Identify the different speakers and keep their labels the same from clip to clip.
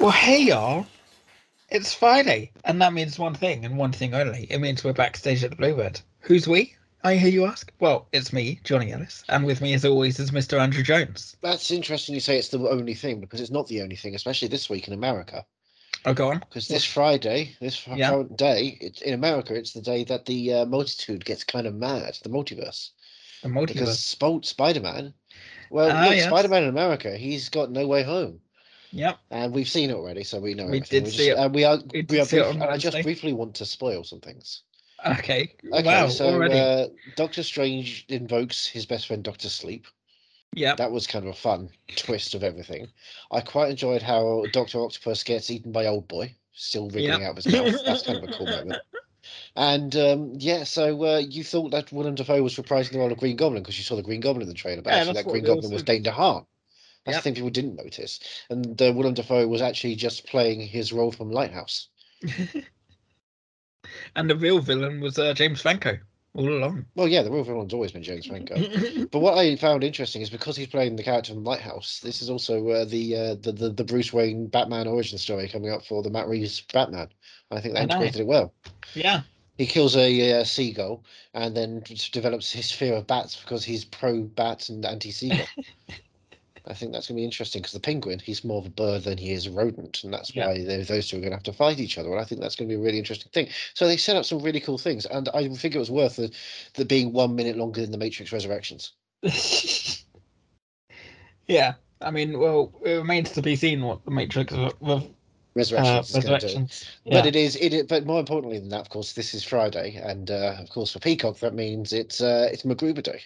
Speaker 1: Well, hey y'all, it's Friday, and that means one thing and one thing only. It means we're backstage at the Bluebird. Who's we? I hear you ask. Well, it's me, Johnny Ellis, and with me as always is Mr. Andrew Jones.
Speaker 2: That's interesting you say it's the only thing because it's not the only thing, especially this week in America.
Speaker 1: Oh, go on.
Speaker 2: Because this Friday, this fr-
Speaker 1: Yeah.
Speaker 2: current day, it, in America, it's the day that the uh, multitude gets kind of mad, the multiverse.
Speaker 1: The multiverse.
Speaker 2: Because Spolt Spider Man, well,
Speaker 1: Ah,
Speaker 2: look,
Speaker 1: yes.
Speaker 2: Spider Man in America, he's got no way home.
Speaker 1: Yep.
Speaker 2: And we've seen it already, so we know.
Speaker 1: We
Speaker 2: everything.
Speaker 1: did see it.
Speaker 2: And we are,
Speaker 1: We
Speaker 2: we
Speaker 1: did
Speaker 2: are
Speaker 1: see it
Speaker 2: brief-
Speaker 1: on
Speaker 2: and I just
Speaker 1: Wednesday.
Speaker 2: briefly want to spoil some things.
Speaker 1: Okay.
Speaker 2: Okay,
Speaker 1: wow.
Speaker 2: so
Speaker 1: already.
Speaker 2: uh, Doctor Strange invokes his best friend, Doctor Sleep.
Speaker 1: yep.
Speaker 2: that was kind of a fun twist of everything. I quite enjoyed how Doctor Octopus gets eaten by Old Boy, still wriggling out of his mouth. That's kind of a cool moment. And um, yeah, so uh, you thought that Willem Dafoe was reprising the role of Green Goblin because you saw the Green Goblin in the trailer, but
Speaker 1: Yeah,
Speaker 2: actually
Speaker 1: that's
Speaker 2: that
Speaker 1: what
Speaker 2: Green
Speaker 1: we all
Speaker 2: Goblin was
Speaker 1: said.
Speaker 2: Dane DeHaan. That's
Speaker 1: Yep.
Speaker 2: the thing people didn't notice. And uh, Willem Dafoe was actually just playing his role from Lighthouse.
Speaker 1: and the real villain was uh, James Franco all along.
Speaker 2: Well, yeah, the real villain's always been James Franco. But what I found interesting is because he's playing the character from Lighthouse, this is also uh, the, uh, the the the Bruce Wayne Batman origin story coming up for the Matt Reeves Batman. I think they
Speaker 1: I know.
Speaker 2: integrated it well.
Speaker 1: yeah.
Speaker 2: He kills a uh, seagull and then just develops his fear of bats because he's pro bat and anti seagull. I think that's going to be interesting because the penguin, he's more of a bird than he is a rodent, and that's
Speaker 1: Yeah.
Speaker 2: why tho- those two are going to have to fight each other. And I think that's going to be a really interesting thing. So they set up some really cool things, and I think it was worth the, the being one minute longer than the Matrix Resurrections.
Speaker 1: yeah. I mean, well, it remains to be seen what the Matrix of, of uh,
Speaker 2: Resurrections is going to
Speaker 1: Resurrections.
Speaker 2: But it is it. is- But more importantly than that, of course, this is Friday, and uh, of course for Peacock that means it's uh, it's MacGruber Day.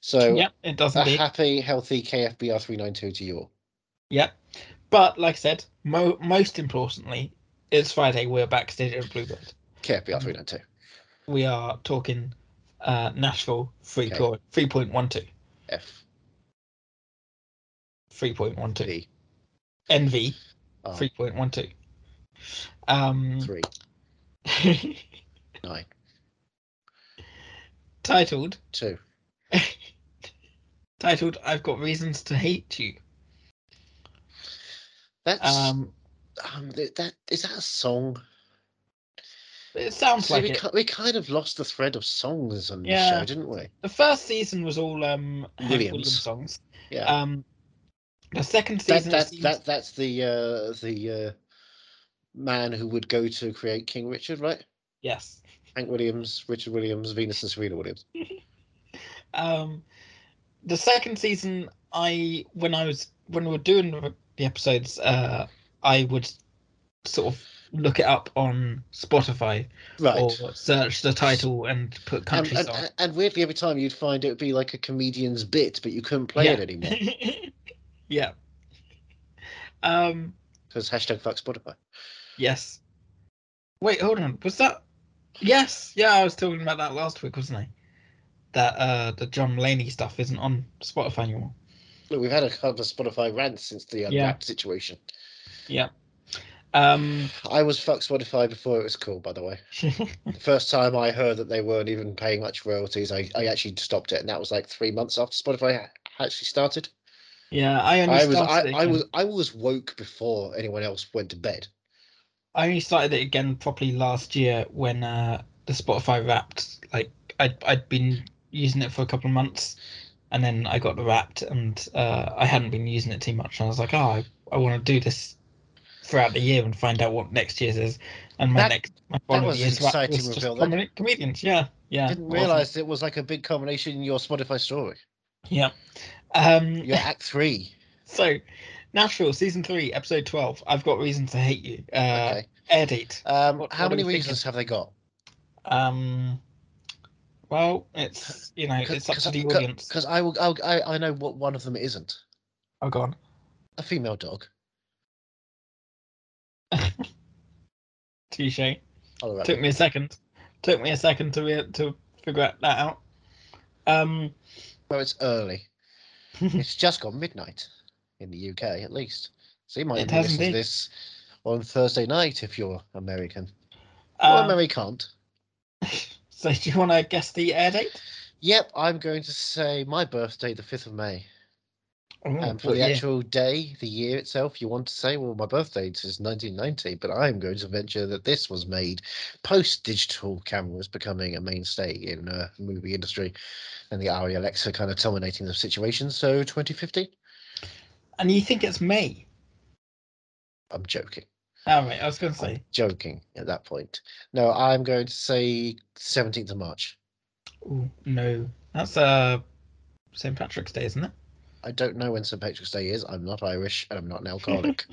Speaker 2: So uh,
Speaker 1: Yep, it does
Speaker 2: a
Speaker 1: indeed.
Speaker 2: happy, healthy KFBR three nine two to you all.
Speaker 1: Yep. But like I said, mo- most importantly, it's Friday. We're backstage at Bluebird.
Speaker 2: KFBR
Speaker 1: Mm.
Speaker 2: three nine two.
Speaker 1: We are talking uh, Nashville three
Speaker 2: Okay.
Speaker 1: point three point one two,
Speaker 2: F
Speaker 1: three point one two,
Speaker 2: D
Speaker 1: NV
Speaker 2: R
Speaker 1: three point one two. Um,
Speaker 2: three nine
Speaker 1: titled
Speaker 2: two.
Speaker 1: titled I've got reasons to hate you.
Speaker 2: That's um,
Speaker 1: Um,
Speaker 2: th- that is that a song?
Speaker 1: it sounds
Speaker 2: See,
Speaker 1: like
Speaker 2: we,
Speaker 1: it.
Speaker 2: ki- we kind of lost the thread of songs on
Speaker 1: Yeah.
Speaker 2: the show, didn't we?
Speaker 1: The first season was all um, Hank
Speaker 2: Williams.
Speaker 1: Williams songs.
Speaker 2: Yeah.
Speaker 1: Um, the second
Speaker 2: that,
Speaker 1: season
Speaker 2: that,
Speaker 1: seems-
Speaker 2: that that's the uh, the uh, man who would go to create King Richard, right?
Speaker 1: yes.
Speaker 2: Hank Williams, Richard Williams, Venus and Serena Williams.
Speaker 1: um the second season i when i was when we were doing the the episodes uh i would sort of look it up on spotify
Speaker 2: Right.
Speaker 1: or search the title and put
Speaker 2: and,
Speaker 1: country
Speaker 2: and, uh,
Speaker 1: song
Speaker 2: and weirdly, every time you'd find it would be like a comedian's bit, but you couldn't play it anymore
Speaker 1: yeah um
Speaker 2: because hashtag fuck Spotify.
Speaker 1: yes wait hold on was that yes yeah i was talking about that last week wasn't i that uh the john laney stuff isn't on spotify anymore
Speaker 2: Look, we've had a couple of Spotify rants since the
Speaker 1: Yeah.
Speaker 2: unwrapped situation.
Speaker 1: um
Speaker 2: I was fuck Spotify before it was cool, by the way. The first time I heard that they weren't even paying much royalties, I, I actually stopped it, and that was like three months after Spotify ha- actually started.
Speaker 1: yeah i only
Speaker 2: I was I,
Speaker 1: started it
Speaker 2: I
Speaker 1: again.
Speaker 2: was I was woke before anyone else went to bed.
Speaker 1: I only started it again properly last year when uh, the Spotify Wrapped. Like I'd I'd been using it for a couple of months, and then I got the Wrapped, and uh, I hadn't been using it too much. And I was like, oh, I, I want to do this throughout the year and find out what next year's is. And my
Speaker 2: That-
Speaker 1: next my final
Speaker 2: was an
Speaker 1: year's Wrapped
Speaker 2: exciting
Speaker 1: was just
Speaker 2: reveal, then.
Speaker 1: comedy- comedians. Yeah, yeah.
Speaker 2: Didn't
Speaker 1: awesome.
Speaker 2: realize it was like a big combination in your Spotify story.
Speaker 1: Yeah. Um,
Speaker 2: Your act three.
Speaker 1: So, Nashville season three, episode twelve. I've got reason to hate you. Uh,
Speaker 2: Okay.
Speaker 1: Air date.
Speaker 2: Um,
Speaker 1: What-
Speaker 2: how
Speaker 1: what are
Speaker 2: many
Speaker 1: we
Speaker 2: reasons have they got?
Speaker 1: Um, well, it's you know, it's up to the audience.
Speaker 2: Because I will, I'll, I, I know what one of them isn't.
Speaker 1: Oh, go on.
Speaker 2: A female dog.
Speaker 1: Touche.
Speaker 2: All right.
Speaker 1: Took me a second. Took me a second to re- to figure out that out. Um,
Speaker 2: Well, it's early. it's just gone midnight in the UK, at least. So you might
Speaker 1: It
Speaker 2: even
Speaker 1: has
Speaker 2: listen to
Speaker 1: indeed.
Speaker 2: this on Thursday night if you're American. or
Speaker 1: um,
Speaker 2: American.
Speaker 1: so do you want to guess the air date?
Speaker 2: Yep, I'm going to say my birthday, the 5th of May.
Speaker 1: Oh,
Speaker 2: and Um, for
Speaker 1: but
Speaker 2: the
Speaker 1: yeah.
Speaker 2: actual day, the year itself, you want to say, well, my birthday is 1990, but I'm going to venture that this was made post digital cameras becoming a mainstay in uh, the movie industry and the Arri Alexa kind of dominating the situation. So 2015?
Speaker 1: And you think it's May?
Speaker 2: I'm joking.
Speaker 1: All right, I was gonna say.
Speaker 2: Joking at that point. No, I'm going to say 17th of March.
Speaker 1: Ooh, no, that's uh St Patrick's Day, isn't it?
Speaker 2: I don't know when St. Patrick's Day is. I'm not Irish and I'm not an alcoholic.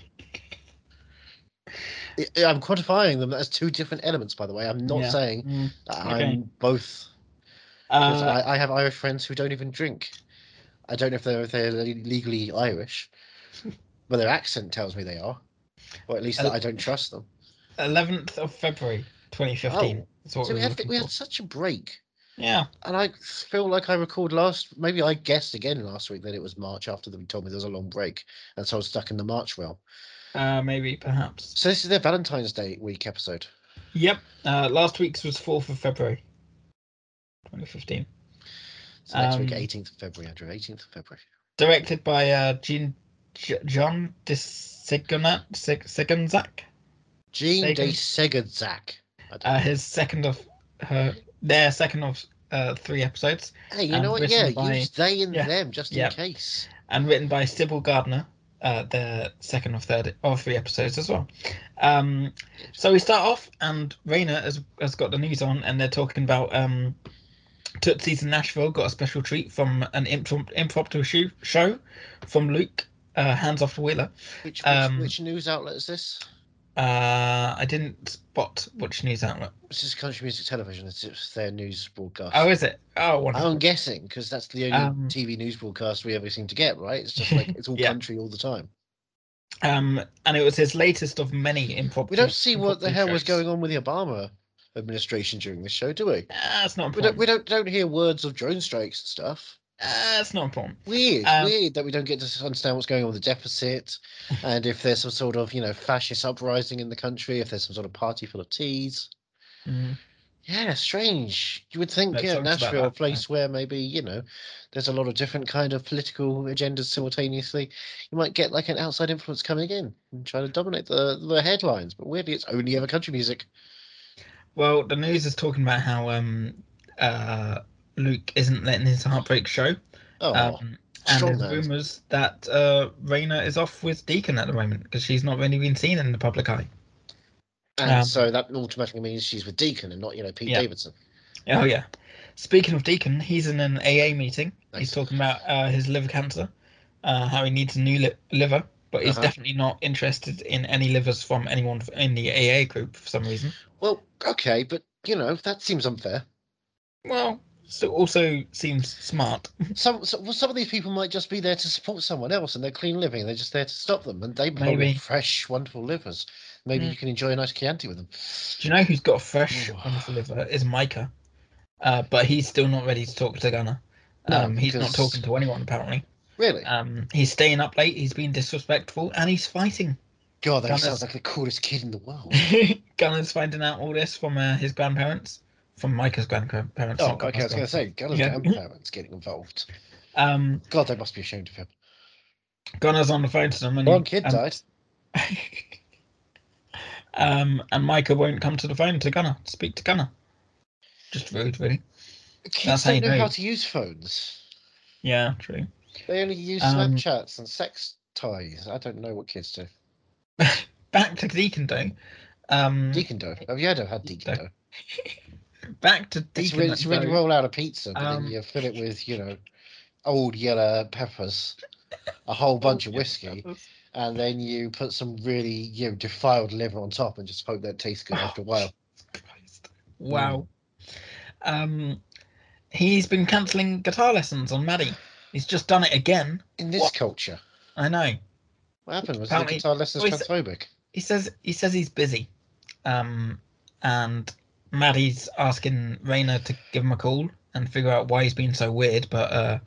Speaker 2: I- I'm quantifying them as two different elements, by the way. I'm not
Speaker 1: Yeah.
Speaker 2: saying
Speaker 1: Mm.
Speaker 2: that
Speaker 1: Okay.
Speaker 2: I'm both. 'Cause
Speaker 1: Uh,
Speaker 2: I, I have Irish friends who don't even drink. I don't know if they're if they're le- legally Irish, but their accent tells me they are, or at
Speaker 1: Uh,
Speaker 2: least that I don't trust them.
Speaker 1: 11th of February, 2015. is what Oh. we
Speaker 2: So we
Speaker 1: were
Speaker 2: had
Speaker 1: looking
Speaker 2: we
Speaker 1: for.
Speaker 2: had such a break,
Speaker 1: Yeah.
Speaker 2: and I feel like I recalled last. Maybe I guessed again last week that it was March after they told me there was a long break, and so I was stuck in the March realm.
Speaker 1: Uh, maybe, perhaps.
Speaker 2: So this is their Valentine's Day week episode.
Speaker 1: Yep. Uh, last week's was 4th of February, 2015.
Speaker 2: So next week,
Speaker 1: Um,
Speaker 2: 18th of February, Andrew. 18th of February.
Speaker 1: Directed by uh, Jean, J- John Disigonat Sig- Sigonzak.
Speaker 2: Jean
Speaker 1: Sagan.
Speaker 2: de Segedzak. I don't
Speaker 1: Uh, his second of her, their second of uh, three episodes,
Speaker 2: Hey, you
Speaker 1: and
Speaker 2: know what?
Speaker 1: written
Speaker 2: Yeah,
Speaker 1: by-
Speaker 2: use they and
Speaker 1: yeah,
Speaker 2: them just
Speaker 1: yeah.
Speaker 2: in case.
Speaker 1: and written by Sybil Gardner. Uh, their second of third or three episodes as well. Um, so we start off, and Raina has has got the news on, and they're talking about um, Tootsie's in Nashville got a special treat from an impromptu, impromptu shoe, show from Luke. Uh, hands off to Wheeler.
Speaker 2: Which which,
Speaker 1: Um,
Speaker 2: which news outlet is this?
Speaker 1: Uh, I didn't spot which news outlet.
Speaker 2: This is Country Music Television. It's, it's their news broadcast.
Speaker 1: Oh, is it? Oh, wonderful.
Speaker 2: I'm guessing because that's the only
Speaker 1: Um,
Speaker 2: TV news broadcast we ever seem to get, right? It's just like it's all
Speaker 1: Yeah.
Speaker 2: country all the time.
Speaker 1: Um, and it was his latest of many impromptu.
Speaker 2: We don't see what the
Speaker 1: impromptu
Speaker 2: hell was
Speaker 1: shows.
Speaker 2: going on with the Obama administration during this show, do we?
Speaker 1: Ah, it's not
Speaker 2: We don't,
Speaker 1: important.
Speaker 2: we don't don't hear words of drone strikes and stuff.
Speaker 1: Ah, it's not important.
Speaker 2: Weird,
Speaker 1: Um,
Speaker 2: weird that we don't get to understand what's going on with the deficit, and if there's some sort of you know fascist uprising in the country, if there's some sort of party full of teas. Mm. Yeah, strange. You would think
Speaker 1: No
Speaker 2: yeah,
Speaker 1: songs about
Speaker 2: Nashville, a
Speaker 1: that, no.
Speaker 2: place where maybe you know there's a lot of different kind of political agendas simultaneously. You might get like an outside influence coming in and trying to dominate the the headlines, but weirdly, it's only ever country music.
Speaker 1: Well, the news is talking about how um, uh, Luke isn't letting his heartbreak show,
Speaker 2: Oh,
Speaker 1: um, and
Speaker 2: strong
Speaker 1: there's
Speaker 2: man.
Speaker 1: rumours that uh, Raina is off with Deacon at the moment because she's not really been seen in the public eye.
Speaker 2: and
Speaker 1: um,
Speaker 2: so that automatically means she's with Deacon and not you know Pete
Speaker 1: Yeah.
Speaker 2: Davidson.
Speaker 1: Oh yeah. Speaking of Deacon, he's in an AA meeting.
Speaker 2: Nice.
Speaker 1: He's talking about uh, his liver cancer, uh, how he needs a new li- liver, but he's
Speaker 2: Uh-huh.
Speaker 1: definitely not interested in any livers from anyone f- in the AA group for some reason.
Speaker 2: Well, okay, but you know that seems unfair.
Speaker 1: Well, so also seems smart.
Speaker 2: Some so, well, some of these people might just be there to support someone else and they're clean living. They're just there to stop them, and they probably
Speaker 1: Maybe.
Speaker 2: have fresh, wonderful livers. Maybe
Speaker 1: Mm.
Speaker 2: you can enjoy a nice Chianti with them.
Speaker 1: Do you know who's got a fresh
Speaker 2: Ooh.
Speaker 1: wonderful liver? Is Micah, uh, but he's still not ready to talk to Gunner.
Speaker 2: No,
Speaker 1: Um, he's not
Speaker 2: because-
Speaker 1: talking to anyone apparently.
Speaker 2: Really?
Speaker 1: Um, he's staying up late. He's being disrespectful, and he's fighting.
Speaker 2: God, that
Speaker 1: Gunners-
Speaker 2: sounds like the coolest kid in the world.
Speaker 1: Gunner's finding out all this from uh, his grandparents, from Micah's grandparents.
Speaker 2: oh,
Speaker 1: not
Speaker 2: okay. I
Speaker 1: Gunner's
Speaker 2: was going to say, Gunner's
Speaker 1: Yeah.
Speaker 2: grandparents getting involved.
Speaker 1: grandparents. Um,
Speaker 2: God, they must be ashamed of him.
Speaker 1: Gunner's on the phone to them, and
Speaker 2: One kid
Speaker 1: um,
Speaker 2: died.
Speaker 1: um, and Micah won't come to the phone to Gunner. Speak to Gunner. Just rude, really.
Speaker 2: Kids
Speaker 1: that's how
Speaker 2: don't
Speaker 1: you
Speaker 2: know
Speaker 1: know.
Speaker 2: how to use phones.
Speaker 1: Yeah, true.
Speaker 2: They only use
Speaker 1: Um, Mm.
Speaker 2: Snapchats and sex toys. I don't know what kids do.
Speaker 1: Back to Deacon though. Um,
Speaker 2: Deacon dough. Have you ever had Deacon dough?
Speaker 1: back to
Speaker 2: It's
Speaker 1: Deacon.
Speaker 2: when, it's when you
Speaker 1: though.
Speaker 2: roll out a pizza, but
Speaker 1: Um,
Speaker 2: then you fill it with, you know, old yellow peppers, a whole bunch of whiskey, and then you put some really, you know, defiled liver on top and just hope that tastes good after a while.
Speaker 1: Christ. Wow. Um, he's been cancelling guitar lessons on Maddie. He's just done it again.
Speaker 2: In this
Speaker 1: What?
Speaker 2: culture,
Speaker 1: I know.
Speaker 2: what happened was the
Speaker 1: Apparently-
Speaker 2: guitar lessons
Speaker 1: Oh, is it-
Speaker 2: transphobic.
Speaker 1: He says he says he's busy, um, and Maddie's asking Raina to give him a call and figure out why he's been so weird. But uh,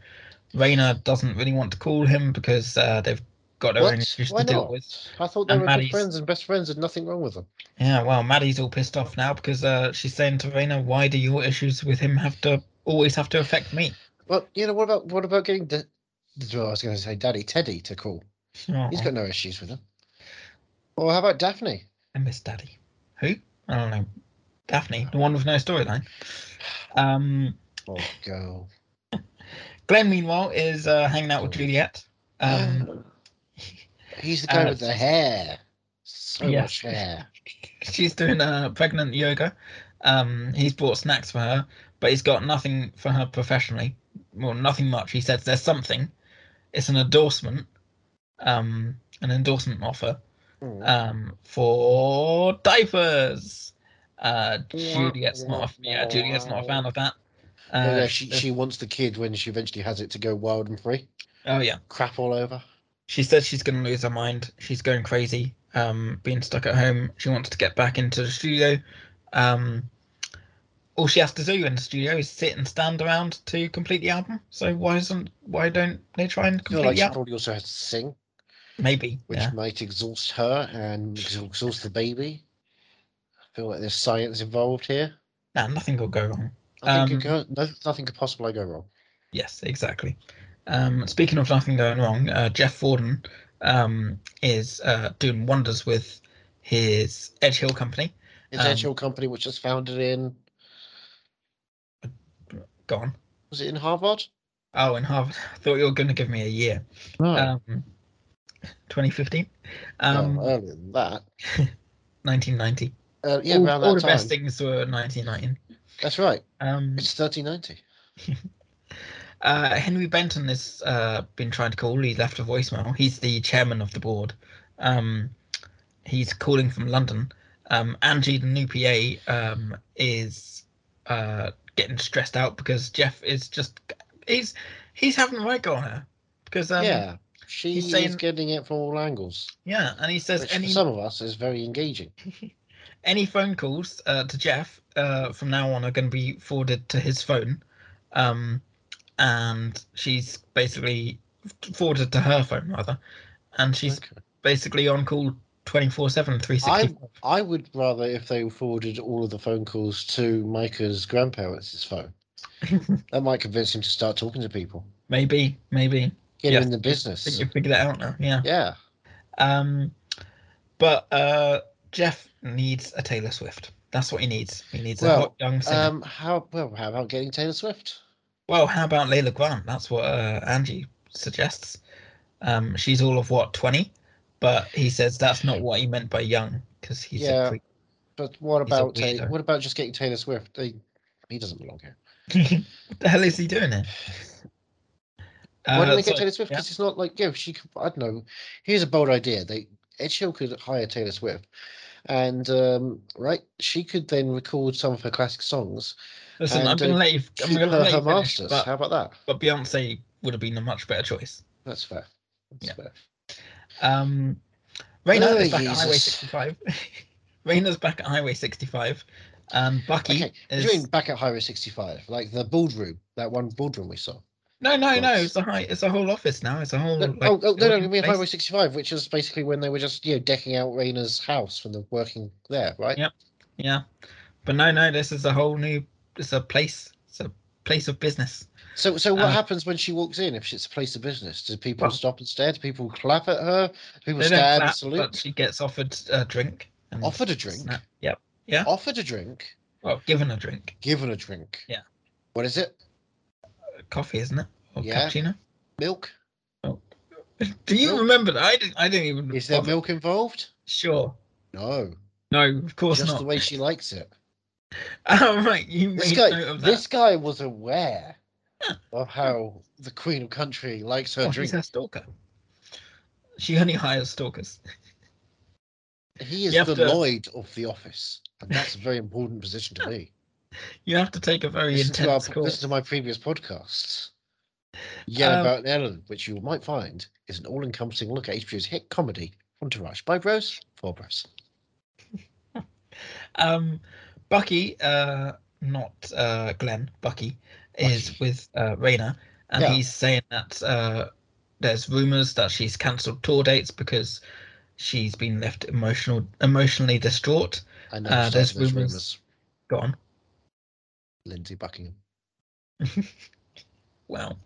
Speaker 1: Raina doesn't really want to call him because uh, they've got their own
Speaker 2: What?
Speaker 1: issues
Speaker 2: Why
Speaker 1: to deal
Speaker 2: not?
Speaker 1: with.
Speaker 2: I thought they
Speaker 1: And
Speaker 2: were
Speaker 1: Maddie's-
Speaker 2: good friends and best friends, and nothing wrong with them.
Speaker 1: Yeah, well, Maddie's all pissed off now because uh, she's saying to Raina, "Why do your issues with him have to always have to affect me?"
Speaker 2: Well, you know, what about what about getting de- That's what I was going to say. Daddy Teddy to call.
Speaker 1: Oh,
Speaker 2: He's got no issues with her. Well, how about Daphne?
Speaker 1: I miss Daddy. Who? I don't know. Daphne, the one with no storyline. Um,
Speaker 2: Oh, girl.
Speaker 1: Glenn, meanwhile, is uh, hanging out with Juliet. Um,
Speaker 2: He's the guy
Speaker 1: Uh,
Speaker 2: with the hair. So
Speaker 1: yeah.
Speaker 2: much hair.
Speaker 1: she's doing uh, pregnant yoga. Um, he's bought snacks for her, but he's got nothing for her professionally. Well, nothing much. He says there's something. It's an endorsement, um, an endorsement offer
Speaker 2: Mm.
Speaker 1: um, for diapers. Uh, Juliet's not. A, yeah, Juliet's not a fan of that. Uh,
Speaker 2: oh, yeah, she, she wants the kid when she eventually has it to go wild and free.
Speaker 1: oh yeah.
Speaker 2: Crap all over.
Speaker 1: She says she's going to lose her mind. She's going crazy, um, being stuck at home. She wants to get back into the studio. Um, all she has to do in the studio is sit and stand around to complete the album. So why isn't why don't they try and
Speaker 2: I feel
Speaker 1: complete
Speaker 2: like
Speaker 1: the
Speaker 2: she
Speaker 1: album?
Speaker 2: probably also has to sing,
Speaker 1: Maybe.
Speaker 2: which
Speaker 1: yeah.
Speaker 2: might exhaust her and ex- exhaust the baby. I feel like there's science involved here.
Speaker 1: Nah, nothing will go wrong.
Speaker 2: I think it
Speaker 1: Um,
Speaker 2: go, no, nothing could possibly go wrong.
Speaker 1: Yes, exactly. Um, speaking of nothing going wrong, uh, Jeff Forden um, is uh, doing wonders with his Edge Hill company.
Speaker 2: It's an
Speaker 1: Um,
Speaker 2: actual company which was founded in,
Speaker 1: Gone.
Speaker 2: was it in Harvard?
Speaker 1: Oh, and Harvard. I thought you were going to give me a year.
Speaker 2: No,
Speaker 1: um, 2015, um,
Speaker 2: Oh, well, earlier than that.
Speaker 1: 1990.
Speaker 2: Uh, yeah,
Speaker 1: all
Speaker 2: around
Speaker 1: all
Speaker 2: that
Speaker 1: the
Speaker 2: time.
Speaker 1: best things were 1990.
Speaker 2: That's right.
Speaker 1: Um,
Speaker 2: It's 1390.
Speaker 1: uh, Henry Benton has uh, been trying to call. He left a voicemail. He's the chairman of the board. Um, he's calling from London. Um, Angie, the new PA, um, is uh, getting stressed out because Jeff is just he's he's having a right go on her because um, yeah.
Speaker 2: yeah. She
Speaker 1: he's saying-
Speaker 2: is getting it from all angles.
Speaker 1: and he says
Speaker 2: Which
Speaker 1: any
Speaker 2: for some of us is very engaging.
Speaker 1: any phone calls uh, to Jeff uh, from now on are going to be forwarded to his phone, um, and she's basically forwarded to her phone rather, and she's
Speaker 2: Okay.
Speaker 1: basically on call 24 7
Speaker 2: I
Speaker 1: 365
Speaker 2: I would rather if they forwarded all of the phone calls to Micah's grandparents' phone. that might convince him to start talking to people.
Speaker 1: maybe maybe
Speaker 2: Get
Speaker 1: Yes.
Speaker 2: him in the
Speaker 1: i
Speaker 2: business.
Speaker 1: think you figure that out now yeah
Speaker 2: Yeah.
Speaker 1: um but uh jeff needs a taylor swift that's what he needs he needs a
Speaker 2: Well,
Speaker 1: hot young singer
Speaker 2: Um. How well? How about getting Taylor Swift?
Speaker 1: Well, how about Layla Grant? That's what uh, Angie suggests. Um, she's all of what twenty, but he says that's not what he meant by young because he's
Speaker 2: Yeah.
Speaker 1: a creep.
Speaker 2: But what
Speaker 1: He's a
Speaker 2: about Ta-
Speaker 1: weirdo.
Speaker 2: what about just getting Taylor Swift? They, he doesn't belong here.
Speaker 1: what the hell is he doing here?
Speaker 2: Why
Speaker 1: Uh,
Speaker 2: don't they get
Speaker 1: so-
Speaker 2: Taylor Swift?
Speaker 1: yeah.
Speaker 2: Because it's not like, you know, she could, I don't know. Here's a bold idea. They Ed Sheeran could hire Taylor Swift, and um, right, she could then record some of her classic songs.
Speaker 1: Listen, I'm
Speaker 2: and,
Speaker 1: going to
Speaker 2: uh,
Speaker 1: let you. I'm
Speaker 2: She-
Speaker 1: going to
Speaker 2: her,
Speaker 1: let
Speaker 2: her
Speaker 1: you finish,
Speaker 2: masters.
Speaker 1: but,
Speaker 2: How about that?
Speaker 1: but Beyonce would have been a much better choice.
Speaker 2: That's fair. That's
Speaker 1: Yeah.
Speaker 2: fair.
Speaker 1: Um, Raina
Speaker 2: Oh,
Speaker 1: is back at Highway
Speaker 2: Jesus.
Speaker 1: 65. Raina's back at Highway 65, and Bucky
Speaker 2: Okay, what
Speaker 1: is
Speaker 2: do you mean back at Highway 65, like the boardroom, that one boardroom we saw.
Speaker 1: no, no, no.
Speaker 2: Nice.
Speaker 1: It's a high. It's a whole office now. It's a whole.
Speaker 2: No,
Speaker 1: like,
Speaker 2: oh, oh, no, no, I
Speaker 1: building
Speaker 2: mean
Speaker 1: space.
Speaker 2: Highway 65, which is basically when they were just, you know, decking out Raina's house when they're working there, right?
Speaker 1: Yeah. Yeah, but no, no, this is a whole new. It's a place. It's a place of business.
Speaker 2: So, so what
Speaker 1: Uh,
Speaker 2: happens when she walks in? If it's a place of business, do people
Speaker 1: Well-
Speaker 2: stop and stare? Do people clap at her? Do people
Speaker 1: They don't
Speaker 2: stand
Speaker 1: clap,
Speaker 2: and salute?
Speaker 1: but she gets offered a drink. And
Speaker 2: Offered a drink,
Speaker 1: Snap. Yep.
Speaker 2: offered a drink,
Speaker 1: Well, given a drink,
Speaker 2: given a drink.
Speaker 1: Yeah.
Speaker 2: What is it?
Speaker 1: coffee, isn't it? Or
Speaker 2: Yeah.
Speaker 1: cappuccino?
Speaker 2: Milk?
Speaker 1: Do you
Speaker 2: Milk.
Speaker 1: remember that? I didn't. I didn't even.
Speaker 2: Is there
Speaker 1: bother.
Speaker 2: milk involved?
Speaker 1: Sure.
Speaker 2: No,
Speaker 1: No, of course
Speaker 2: just
Speaker 1: not.
Speaker 2: the way she likes it.
Speaker 1: Oh right, you
Speaker 2: This
Speaker 1: made note
Speaker 2: guy,
Speaker 1: of that.
Speaker 2: this guy was aware of how the Queen of Country likes her
Speaker 1: oh, she's
Speaker 2: drink.
Speaker 1: a stalker. She only hires stalkers.
Speaker 2: He is
Speaker 1: You have
Speaker 2: the
Speaker 1: to-
Speaker 2: Lloyd of the office, and that's a very important position to me.
Speaker 1: You have to take a very
Speaker 2: listen, to, our,
Speaker 1: intense course.
Speaker 2: listen to my previous podcasts. Yeah,
Speaker 1: Um,
Speaker 2: about Ellen, which you might find is an all-encompassing look at HBO's hit comedy Entourage by Bros for Bros.
Speaker 1: Um, Bucky, uh, not uh, Glenn, Bucky, is
Speaker 2: Bucky.
Speaker 1: with uh, Raina, and
Speaker 2: Yeah.
Speaker 1: he's saying that uh, there's rumors that she's cancelled tour dates because she's been left emotional, emotionally distraught.
Speaker 2: I know
Speaker 1: Uh,
Speaker 2: uh,
Speaker 1: there's
Speaker 2: there's rumors.
Speaker 1: rumours. Gone.
Speaker 2: Lindsay Buckingham.
Speaker 1: Wow.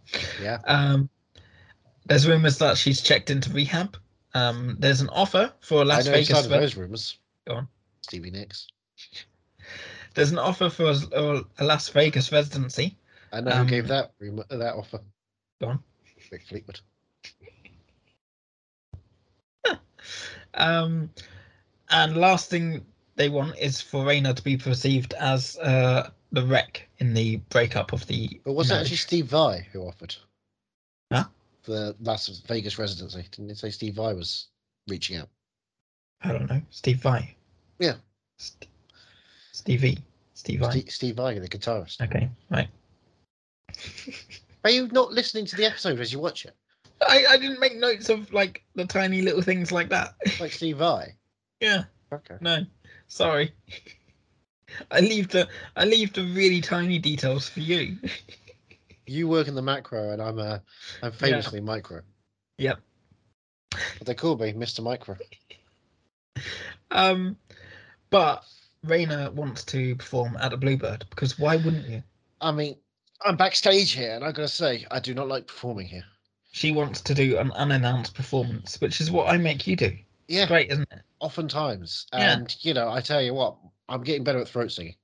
Speaker 2: Yeah.
Speaker 1: Um, There's rumors that she's checked into rehab. Um, there's an offer for a Las
Speaker 2: I know inside
Speaker 1: Vegas.
Speaker 2: of
Speaker 1: ver-
Speaker 2: those rooms.
Speaker 1: Go on.
Speaker 2: Stevie Nicks.
Speaker 1: There's an offer for a, a Las Vegas residency.
Speaker 2: I know
Speaker 1: Um,
Speaker 2: who gave that room uh, that offer.
Speaker 1: Go on.
Speaker 2: Rick Fleetwood.
Speaker 1: Um, and last thing they want is for Raina to be perceived as uh, the wreck in the breakup of the.
Speaker 2: But wasn't it
Speaker 1: marriage.
Speaker 2: actually Steve Vai who offered?
Speaker 1: Huh?
Speaker 2: For the Las Vegas residency. Didn't it say Steve Vai was reaching out?
Speaker 1: I don't know. Steve Vai.
Speaker 2: Yeah.
Speaker 1: St- Stevie. Steve Vai.
Speaker 2: Ste- Steve Vai, the guitarist.
Speaker 1: Okay, right.
Speaker 2: Are you not listening to the episode as you watch it?
Speaker 1: I, I didn't make notes of like the tiny little things like that.
Speaker 2: Like Steve Vai.
Speaker 1: yeah,
Speaker 2: Okay.
Speaker 1: no, sorry. I leave the I leave the really tiny details for you.
Speaker 2: You work in the macro and I'm uh, I'm famously micro.
Speaker 1: Yep.
Speaker 2: But they call me Mr. Micro.
Speaker 1: Um, but Raina wants to perform at a Bluebird because why wouldn't you?
Speaker 2: I mean, I'm backstage here and i am going to say I do not like performing here.
Speaker 1: She wants to do an unannounced performance, which is what I make you do.
Speaker 2: Yeah.
Speaker 1: Great, isn't it?
Speaker 2: oftentimes.
Speaker 1: Yeah.
Speaker 2: And you know, I tell you what, I'm getting better at throat singing.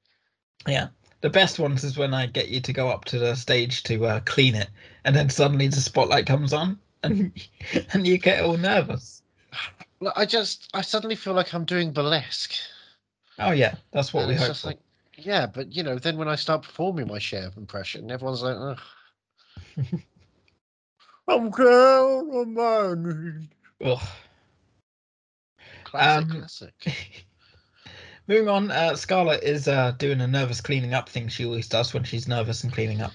Speaker 1: The best ones is when I get you to go up to the stage to uh, clean it, and then suddenly the spotlight comes on, and and you get all nervous.
Speaker 2: Like, I just, I suddenly feel like I'm doing burlesque.
Speaker 1: Oh yeah, that's what
Speaker 2: And
Speaker 1: we
Speaker 2: it's
Speaker 1: hope.
Speaker 2: just
Speaker 1: for.
Speaker 2: like, yeah, but you know, then when I start performing my share of impression, everyone's like, Ugh. I'm down on my knees.
Speaker 1: Ugh.
Speaker 2: Classic,
Speaker 1: Um,
Speaker 2: classic.
Speaker 1: Moving on, uh, Scarlett is uh, doing a nervous cleaning up thing she always does when she's nervous and cleaning up.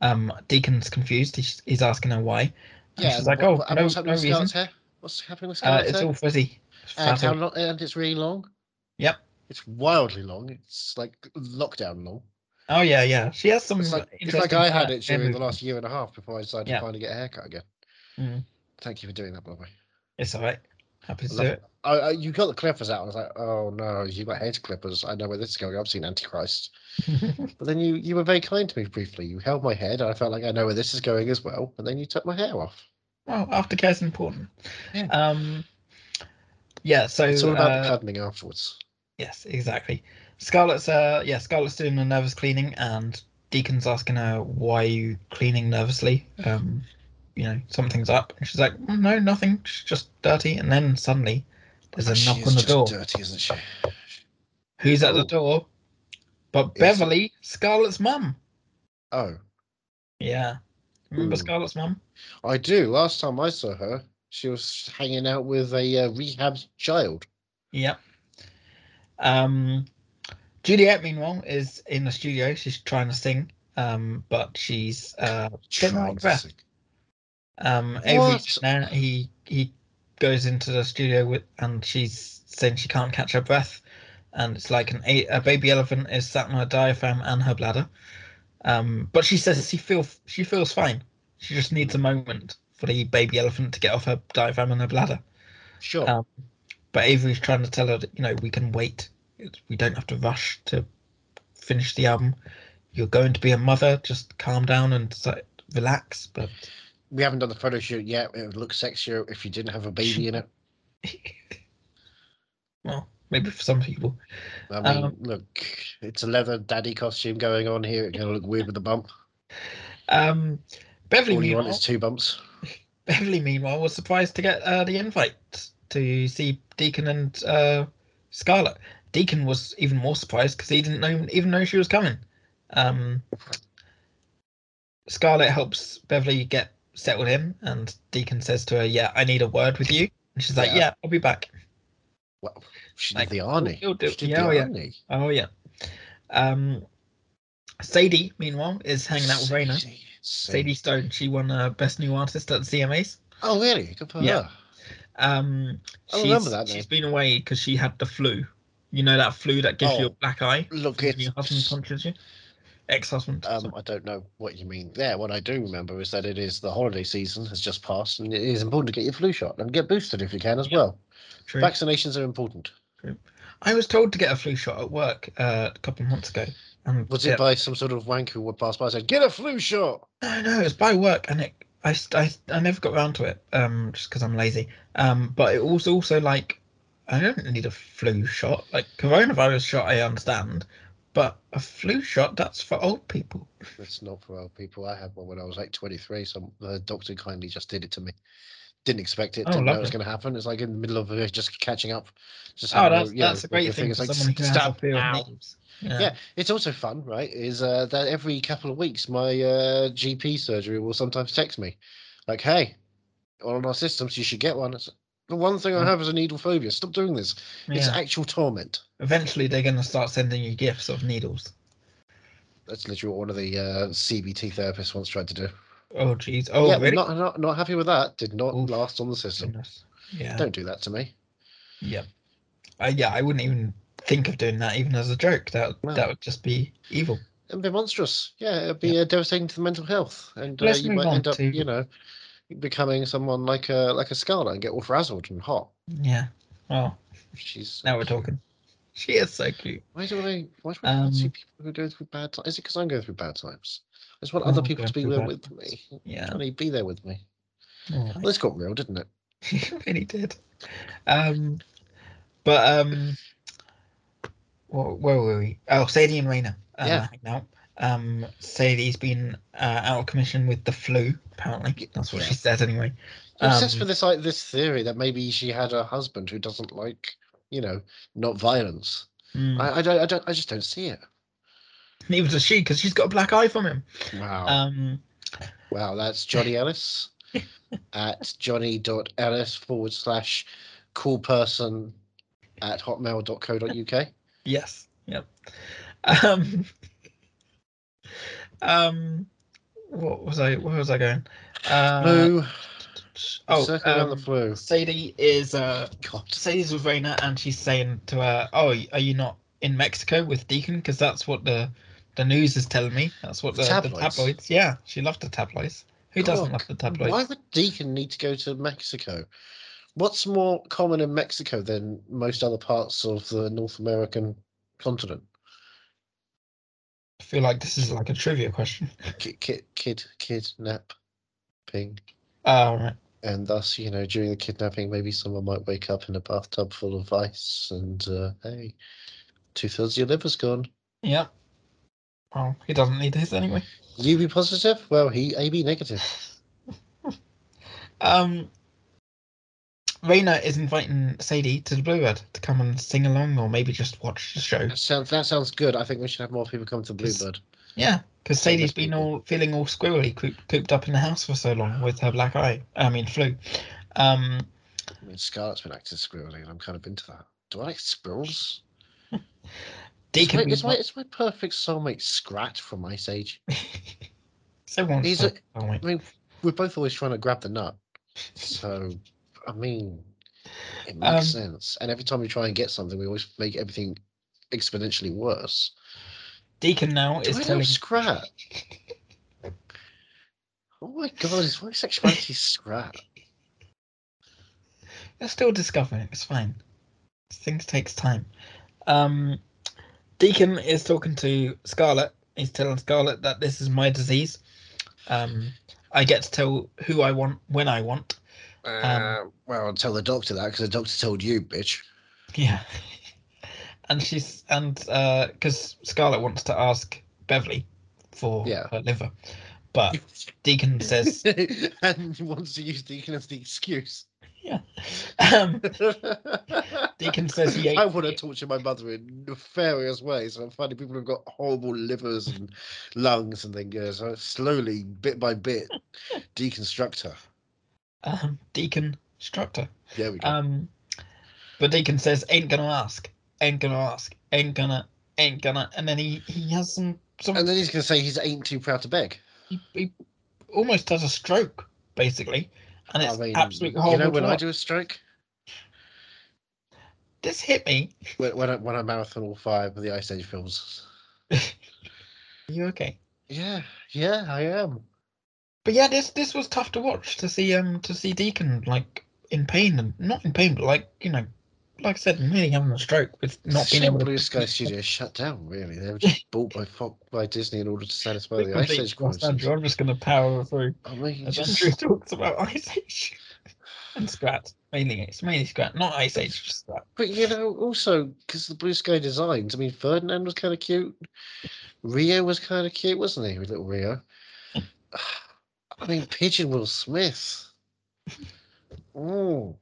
Speaker 1: Um, Deacon's confused. He's, he's asking her why. And
Speaker 2: Yeah.
Speaker 1: she's
Speaker 2: and
Speaker 1: like,
Speaker 2: what-
Speaker 1: "Oh,
Speaker 2: what- and
Speaker 1: no,
Speaker 2: what's happening
Speaker 1: no
Speaker 2: with
Speaker 1: reason."
Speaker 2: Scarlett's hair? What's happening with
Speaker 1: Uh,
Speaker 2: Scarlett's
Speaker 1: it's
Speaker 2: hair?
Speaker 1: all frizzy. It's
Speaker 2: and how
Speaker 1: fuzzy.
Speaker 2: long? And it's really long.
Speaker 1: Yep.
Speaker 2: It's wildly long. It's like lockdown long.
Speaker 1: Oh yeah, yeah. She has some.
Speaker 2: It's like, it's
Speaker 1: Mm. interesting
Speaker 2: like I had
Speaker 1: hair-
Speaker 2: it
Speaker 1: hair
Speaker 2: during the
Speaker 1: movement.
Speaker 2: last year and a half before I decided
Speaker 1: Yeah.
Speaker 2: to finally get a haircut again.
Speaker 1: Mm.
Speaker 2: Thank you for doing that, by the way.
Speaker 1: It's all right. Happy to
Speaker 2: I
Speaker 1: do
Speaker 2: love
Speaker 1: it.
Speaker 2: I, I, you got the clippers out. I was like, oh no, you got head clippers. I know where this is going. I've seen Antichrist. But then you you were very kind to me briefly. You held my head. And I felt like I know where this is going as well. And then you took my hair off.
Speaker 1: well, aftercare's important.
Speaker 2: Yeah.
Speaker 1: Um. Yeah. So
Speaker 2: It's all about
Speaker 1: uh,
Speaker 2: the cuddling afterwards.
Speaker 1: Yes, exactly. Scarlett's uh yeah, Scarlett's doing the nervous cleaning and Deacon's asking her why are you cleaning nervously? Um, you know, something's up and she's like, "Mm, No, nothing, she's just dirty and then suddenly there's a
Speaker 2: She
Speaker 1: knock
Speaker 2: is
Speaker 1: on the
Speaker 2: just
Speaker 1: door.
Speaker 2: Dirty, isn't she?
Speaker 1: Who's at the
Speaker 2: Oh.
Speaker 1: door? But
Speaker 2: Yes.
Speaker 1: Beverly, Scarlett's mum.
Speaker 2: Oh,
Speaker 1: Yeah. Remember
Speaker 2: Ooh.
Speaker 1: Scarlett's mum?
Speaker 2: I do. Last time I saw her, she was hanging out with a uh, rehabbed child.
Speaker 1: Yep. Um Juliet meanwhile is in the studio, she's trying to sing. Um, but she's uh Get my
Speaker 2: Trying to
Speaker 1: breath.
Speaker 2: sing.
Speaker 1: Um, Avery,
Speaker 2: What?
Speaker 1: now he he goes into the studio with, and she's saying she can't catch her breath, and it's like an a, a baby elephant is sat on her diaphragm and her bladder. Um, but she says she feels she feels fine. She just needs a moment for the baby elephant to get off her diaphragm and her bladder.
Speaker 2: Sure.
Speaker 1: Um, But Avery's trying to tell her that you know we can wait. It's- We don't have to rush to finish the album. You're going to be a mother. Just calm down and like, relax. But
Speaker 2: we haven't done the photo shoot yet. It would look sexier if you didn't have a baby in it.
Speaker 1: well, maybe for some people.
Speaker 2: I mean,
Speaker 1: Um,
Speaker 2: look, it's a leather daddy costume going on here. It's going to look weird with the bump.
Speaker 1: Um, Beverly,
Speaker 2: All you
Speaker 1: meanwhile,
Speaker 2: want is two bumps.
Speaker 1: Beverly, meanwhile, was surprised to get uh, the invite to see Deacon and uh, Scarlet. Deacon was even more surprised because he didn't know, even know she was coming. Um, Scarlet helps Beverly get settled in, and Deacon says to her, "Yeah, I need a word with you." And she's like,
Speaker 2: Yeah.
Speaker 1: "Yeah, I'll be back."
Speaker 2: Well, she
Speaker 1: Like,
Speaker 2: did the Arnie.
Speaker 1: you'll do-
Speaker 2: She did
Speaker 1: yeah,
Speaker 2: the
Speaker 1: oh, yeah.
Speaker 2: Arnie.
Speaker 1: Oh yeah. Um, Sadie, meanwhile, is hanging out with Raina.
Speaker 2: Sadie, Sadie.
Speaker 1: Sadie Stone, she won uh, Best New Artist at the CMAs.
Speaker 2: Oh, really? Good for
Speaker 1: Yeah.
Speaker 2: her.
Speaker 1: Um,
Speaker 2: I
Speaker 1: she's,
Speaker 2: remember that
Speaker 1: She's been away because she had the flu. You know that flu that gives you a
Speaker 2: Oh,
Speaker 1: black eye
Speaker 2: Look,
Speaker 1: when your husband
Speaker 2: it's.
Speaker 1: punches you. Ex-husband.
Speaker 2: Um, I don't know what you mean there. What I do remember is that it is the holiday season has just passed, and it is important to get your flu shot and get boosted if you can as
Speaker 1: Yeah.
Speaker 2: well.
Speaker 1: True.
Speaker 2: Vaccinations are important.
Speaker 1: I was told to get a flu shot at work uh, a couple of months ago. And
Speaker 2: Was
Speaker 1: yeah,
Speaker 2: it by some sort of wank who would pass by and said, "Get a flu shot"?
Speaker 1: No, no, it was by work, and it I, st- I, st- I never got around to it um, just because I'm lazy. Um, but it was also like, I don't need a flu shot. Like, coronavirus shot, I understand. But a flu shot, that's for old people.
Speaker 2: It's not for old people. I had one when I was like 23. Some the doctor kindly just did it to me. Didn't expect it.
Speaker 1: Oh,
Speaker 2: didn't know it was
Speaker 1: lovely.
Speaker 2: going to happen. It's like in the middle of uh, just catching up. Just
Speaker 1: Oh,
Speaker 2: having
Speaker 1: that's,
Speaker 2: you know,
Speaker 1: that's a great
Speaker 2: the
Speaker 1: thing
Speaker 2: It's
Speaker 1: for
Speaker 2: like,
Speaker 1: someone who has a
Speaker 2: "Stop
Speaker 1: fear
Speaker 2: now."
Speaker 1: of needles. Yeah.
Speaker 2: Yeah. It's also fun, right? Is uh, that every couple of weeks, my uh, GP surgery will sometimes text me, like, "Hey, on our systems, you should get one." It's, the one thing I
Speaker 1: Mm.
Speaker 2: have is a needle phobia. Stop doing this. It's
Speaker 1: yeah.
Speaker 2: actual torment.
Speaker 1: Eventually, they're going to start sending you gifts of needles.
Speaker 2: That's literally what one of the uh, CBT therapists once tried to do.
Speaker 1: Oh, jeez. Oh,
Speaker 2: yeah,
Speaker 1: really?
Speaker 2: not, not not happy with that. Did not
Speaker 1: Oof.
Speaker 2: last on the system.
Speaker 1: Goodness. Yeah.
Speaker 2: Don't do that to me.
Speaker 1: Yeah. I, yeah, I wouldn't even think of doing that even as a joke. That
Speaker 2: No.
Speaker 1: that would just be evil.
Speaker 2: It'd be monstrous. Yeah, it'd be
Speaker 1: Yeah.
Speaker 2: uh, devastating to the mental health, and uh,
Speaker 1: Let's
Speaker 2: you
Speaker 1: move
Speaker 2: might
Speaker 1: on
Speaker 2: end up,
Speaker 1: to-
Speaker 2: you know, becoming someone like a like a Scarlet and get all frazzled and hot.
Speaker 1: Yeah. Well,
Speaker 2: She's
Speaker 1: now we're talking. She is so cute.
Speaker 2: Why do I? Why do I
Speaker 1: Um,
Speaker 2: see people who go through bad times? Is it because I'm going through bad times? I just want other
Speaker 1: Oh,
Speaker 2: people to
Speaker 1: going
Speaker 2: be
Speaker 1: through
Speaker 2: there
Speaker 1: bad
Speaker 2: with me.
Speaker 1: times. Yeah.
Speaker 2: Johnny, be there with me.
Speaker 1: All right.
Speaker 2: Well, this got real, didn't it?
Speaker 1: He really did. Um, but um, where, where were we? Oh, Sadie and Raina. Uh,
Speaker 2: Yeah.
Speaker 1: hanging out. Um, Sadie's been uh, out of commission with the flu. Apparently, that's what she said anyway.
Speaker 2: You're obsessed
Speaker 1: Um,
Speaker 2: with this like this theory that maybe she had a husband who doesn't like, you know, not violence.
Speaker 1: Mm.
Speaker 2: I, I don't. I don't. I just don't see it.
Speaker 1: Neither does she because she's got a black eye from him.
Speaker 2: Wow.
Speaker 1: Um,
Speaker 2: Wow, that's Johnny Ellis at johnny.ellis forward slash cool person at hotmail.co.uk.
Speaker 1: yes. Yep. Um, um, what was I? Where was I going? Uh,
Speaker 2: Flu,
Speaker 1: Oh,
Speaker 2: circle around the
Speaker 1: um,
Speaker 2: flu.
Speaker 1: Sadie is uh,
Speaker 2: God.
Speaker 1: Sadie's with Raina, and she's saying to her, "Oh, are you not in Mexico with Deacon? Because that's what the the news is telling me. That's what
Speaker 2: The
Speaker 1: the, the tabloids.
Speaker 2: tabloids.
Speaker 1: Yeah, she loved the tabloids. Who doesn't
Speaker 2: God,
Speaker 1: love the tabloids?
Speaker 2: Why would Deacon need to go to Mexico? What's more common in Mexico than most other parts of the North American continent?
Speaker 1: I feel like this is like a trivia question.
Speaker 2: Kid, kid, kid kidnapping.
Speaker 1: Oh, right.
Speaker 2: and thus, you know, during the kidnapping, maybe someone might wake up in a bathtub full of ice, and uh, hey, two thirds of your liver's gone.
Speaker 1: Yep. Well, he doesn't need his anyway.
Speaker 2: You be positive? Well, he AB negative.
Speaker 1: Um, Raina is inviting Sadie to the Bluebird to come and sing along, or maybe just watch the show.
Speaker 2: That sounds that sounds good. I think we should have more people come to Bluebird.
Speaker 1: Yeah, because
Speaker 2: Same
Speaker 1: Sadie's
Speaker 2: as
Speaker 1: been
Speaker 2: people.
Speaker 1: all feeling all squirrely, coop, cooped up in the house for so long with her black eye. I mean, flu. Um,
Speaker 2: I mean, Scarlett's been acting squirrely, and I'm kind of into that. Do I like squirrels? It's my,
Speaker 1: Deacon.
Speaker 2: it's,
Speaker 1: Is
Speaker 2: my, it's my perfect soulmate, Scrat from Ice Age.
Speaker 1: Someone's
Speaker 2: he's
Speaker 1: so
Speaker 2: a-
Speaker 1: oh, wait.
Speaker 2: I mean, we're both always trying to grab the nut. So, I mean, it makes
Speaker 1: Um,
Speaker 2: sense. And every time we try and get something, we always make everything exponentially worse.
Speaker 1: Deacon now
Speaker 2: Do
Speaker 1: is
Speaker 2: I
Speaker 1: telling.
Speaker 2: know Scrat? oh my god, his my sexuality is Scrat.
Speaker 1: They're still discovering. It's fine. Things takes time. Um, Deacon is talking to Scarlet. He's telling Scarlet that this is my disease. Um, I get to tell who I want when I want. Um,
Speaker 2: Uh, well, tell the doctor that because the doctor told you, bitch.
Speaker 1: Yeah. and she's and because Scarlet wants to ask Beverly for
Speaker 2: Yeah.
Speaker 1: her liver, but Deacon says,
Speaker 2: and he wants to use Deacon as the excuse.
Speaker 1: um,
Speaker 2: Deacon
Speaker 1: says he ate-
Speaker 2: I want to torture my mother in nefarious ways. I'm finding people who've got horrible livers and lungs and things. uh, So slowly, bit by bit, deconstruct her.
Speaker 1: um, Deacon Structor.
Speaker 2: There we go.
Speaker 1: Um, but Deacon says, "Ain't gonna ask, ain't gonna ask, ain't gonna, ain't gonna," and then he he has some some
Speaker 2: and then he's going to say he's ain't too proud to beg.
Speaker 1: he, he almost has a stroke basically, and it's
Speaker 2: I mean,
Speaker 1: absolutely
Speaker 2: you
Speaker 1: horrible.
Speaker 2: know when
Speaker 1: to
Speaker 2: I
Speaker 1: watch.
Speaker 2: do a stroke,
Speaker 1: This hit me.
Speaker 2: when, when I when I marathon all five of the Ice Age films.
Speaker 1: Are you okay?
Speaker 2: Yeah, yeah, I am.
Speaker 1: But yeah, this this was tough to watch to see um to see Deacon like in pain and not in pain, but like you know like I said, nearly having a stroke with not being able
Speaker 2: Simple
Speaker 1: to.
Speaker 2: Blue Sky Studios shut down. Really, they were just bought by Fox by Disney in order to satisfy the Ice
Speaker 1: Complete
Speaker 2: Age
Speaker 1: lost
Speaker 2: crisis.
Speaker 1: Andrew, I'm just going to power through.
Speaker 2: I mean,
Speaker 1: As
Speaker 2: just
Speaker 1: Andrew talks about Ice Age and Scrat, mainly it's mainly Scrat, not Ice Age, just Scrat.
Speaker 2: But you know, also because the blue sky designs. I mean, Ferdinand was kind of cute. Rio was kind of cute, wasn't he? Little Rio. I mean, Pigeon Will Smith. Mm.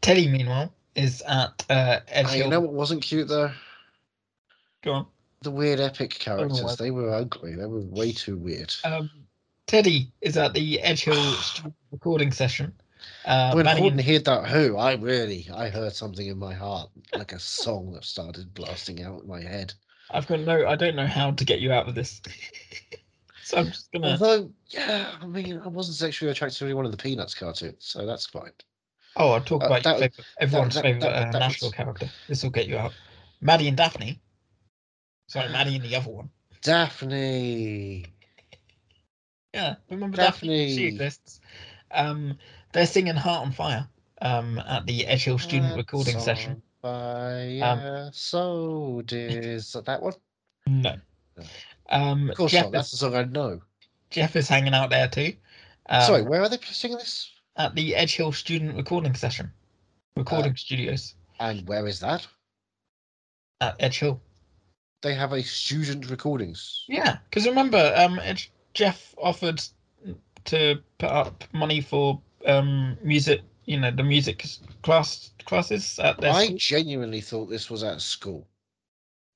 Speaker 1: Teddy, meanwhile, is at uh, Ed
Speaker 2: Hey, you
Speaker 1: Hill.
Speaker 2: know what wasn't cute though?
Speaker 1: Go on.
Speaker 2: The weird epic characters.
Speaker 1: what?
Speaker 2: They were ugly. They were way too weird.
Speaker 1: Um, Teddy is at the Edge Hill recording session. Uh,
Speaker 2: when
Speaker 1: Manning
Speaker 2: Horton heard that who, I really, I heard something in my heart, like a song that started blasting out in my head.
Speaker 1: I've got no. I don't know how to get you out of this. so I'm just gonna.
Speaker 2: Although, yeah, I mean, I wasn't sexually attracted to anyone in the Peanuts cartoon, so that's fine.
Speaker 1: Oh, I'll talk
Speaker 2: Uh,
Speaker 1: about your
Speaker 2: that-
Speaker 1: favourite- everyone's
Speaker 2: that-
Speaker 1: favorite
Speaker 2: that-
Speaker 1: uh,
Speaker 2: that was-
Speaker 1: national character. This will get you out. Maddie and Daphne. Sorry, Maddie and the other one.
Speaker 2: Daphne.
Speaker 1: Yeah, remember Daphne? She
Speaker 2: Daphne.
Speaker 1: exists. Um, they're singing "Heart on Fire" um, at the Edge Hill student
Speaker 2: That
Speaker 1: recording
Speaker 2: song
Speaker 1: session. Um,
Speaker 2: By, uh, so is that one?
Speaker 1: No.
Speaker 2: No.
Speaker 1: Um,
Speaker 2: Of course
Speaker 1: Jeff,
Speaker 2: not.
Speaker 1: is,
Speaker 2: That's the song I know.
Speaker 1: Jeff is hanging out there too. Um,
Speaker 2: Sorry, where are they singing this?
Speaker 1: At the Edge Hill student recording session,
Speaker 2: Uh,
Speaker 1: recording studios
Speaker 2: And where is that?
Speaker 1: at Edge Hill.
Speaker 2: They have a student recordings.
Speaker 1: Yeah, because remember, um, Edge, Jeff offered to put up money for um music, you know, the music class classes at their
Speaker 2: I
Speaker 1: school.
Speaker 2: genuinely thought this was at school.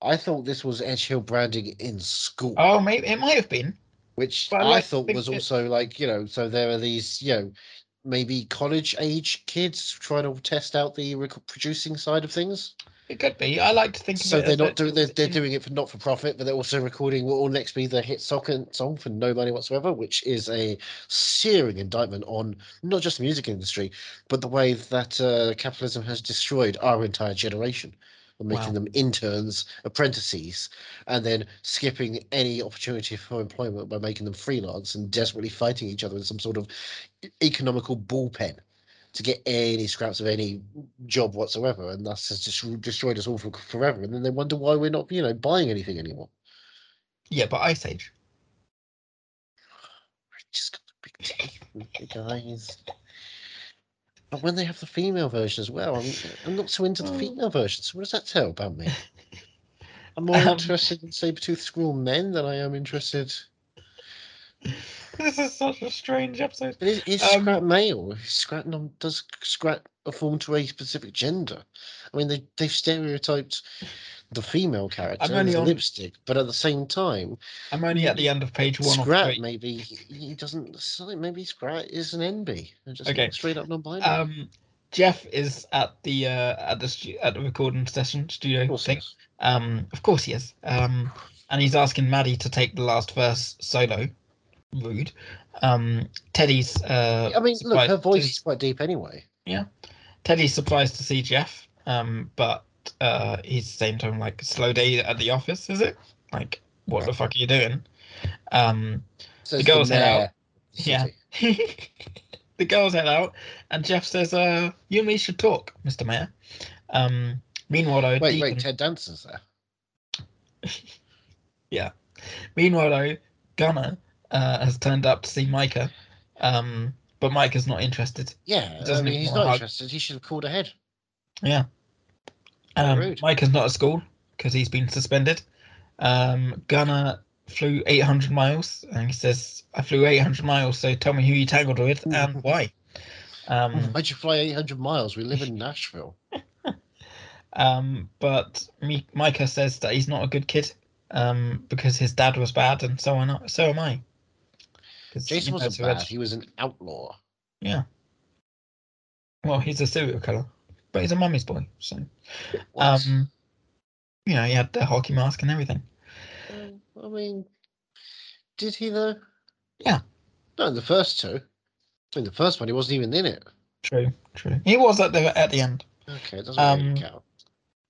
Speaker 2: I thought this was Edge Hill branding in school,
Speaker 1: Oh, maybe it might have been.
Speaker 2: which
Speaker 1: but I
Speaker 2: I,
Speaker 1: like to
Speaker 2: thought
Speaker 1: think
Speaker 2: was
Speaker 1: it-
Speaker 2: also like, you know, so there are these, you know, maybe college age kids trying to test out the rec- producing side of things.
Speaker 1: It could be. I like to think.
Speaker 2: So
Speaker 1: of it
Speaker 2: they're
Speaker 1: as
Speaker 2: not
Speaker 1: that-
Speaker 2: doing they're, they're doing it for not for profit, but they're also recording what will next be the hit song song for no money whatsoever, which is a searing indictment on not just the music industry, but the way that uh, capitalism has destroyed our entire generation, by making
Speaker 1: Wow.
Speaker 2: them interns, apprentices, and then skipping any opportunity for employment by making them freelance and desperately fighting each other in some sort of e- economical bullpen to get any scraps of any job whatsoever, and thus has just destroyed us all for, forever. And then they wonder why we're not, you know, buying anything anymore.
Speaker 1: Yeah, but Ice Age.
Speaker 2: We just got the big teeth, and big eyes. But when they have the female version as well, I'm, I'm not so into the
Speaker 1: Oh.
Speaker 2: female version. So what does that tell about me? I'm more
Speaker 1: Um.
Speaker 2: interested in saber-toothed squirrel men than I am interested.
Speaker 1: This is such a strange episode.
Speaker 2: But is, is
Speaker 1: Um.
Speaker 2: Scrat male? Is Scrat non, does Scrat form to a specific gender? I mean, they they've stereotyped the female character
Speaker 1: only
Speaker 2: as
Speaker 1: on-
Speaker 2: lipstick, but at the same time,
Speaker 1: I'm only at the end of page one. of
Speaker 2: Scrat
Speaker 1: three.
Speaker 2: maybe he doesn't. decide. Maybe Scrat is an NB and just
Speaker 1: Okay.
Speaker 2: straight up non-binary.
Speaker 1: Um, Jeff is at the uh, at the stu- at the recording session
Speaker 2: Of
Speaker 1: studio
Speaker 2: course
Speaker 1: thing.
Speaker 2: it is.
Speaker 1: Um, of course he is. Um, and he's asking Maddie to take the last verse solo. Rude. Um, Teddy's. Uh,
Speaker 2: I mean, look,
Speaker 1: surprised-
Speaker 2: her voice
Speaker 1: Teddy's,
Speaker 2: is quite deep anyway.
Speaker 1: Teddy's surprised to see Jeff. Um, but uh, he's the same time like slow day at the office. Is it like what the fuck are you doing? Um,
Speaker 2: So
Speaker 1: The
Speaker 2: it's the
Speaker 1: girls head out.
Speaker 2: mayor of the
Speaker 1: Yeah.
Speaker 2: city.
Speaker 1: the girls head out, and Jeff says, uh, "You and me should talk, Mister Mayor." Um, meanwhile, though,
Speaker 2: Wait,
Speaker 1: Deacon,
Speaker 2: wait, Ted Danson's there.
Speaker 1: meanwhile, though, Gunner uh, has turned up to see Micah, um, but Micah's not interested.
Speaker 2: Yeah, I
Speaker 1: Doesn't
Speaker 2: mean,
Speaker 1: even
Speaker 2: he's
Speaker 1: wanna
Speaker 2: not
Speaker 1: hug.
Speaker 2: interested. He should have called ahead.
Speaker 1: Um,
Speaker 2: Rude.
Speaker 1: Micah's Um, not at school because he's been suspended. Um, Gunner flew 800 miles, and he says, "I flew 800 miles, so tell me who you tangled with and why." Um,
Speaker 2: Why'd you fly 800 miles? We live in Nashville.
Speaker 1: Um, but Mi- Micah says that he's not a good kid um, because his dad was bad, and so am I. So am I. 'Cause, you
Speaker 2: Jason
Speaker 1: know,
Speaker 2: wasn't
Speaker 1: it's a red-
Speaker 2: bad. He was an outlaw.
Speaker 1: Well, he's a serial killer, but he's a mummy's boy. So,
Speaker 2: What?
Speaker 1: um, you know, he had the hockey mask and everything.
Speaker 2: Uh, I mean, did he though?
Speaker 1: Yeah.
Speaker 2: No, in the first two. In the first one, he wasn't even in it.
Speaker 1: True, true. He was at the at the end.
Speaker 2: Okay, it doesn't really
Speaker 1: Um,
Speaker 2: count.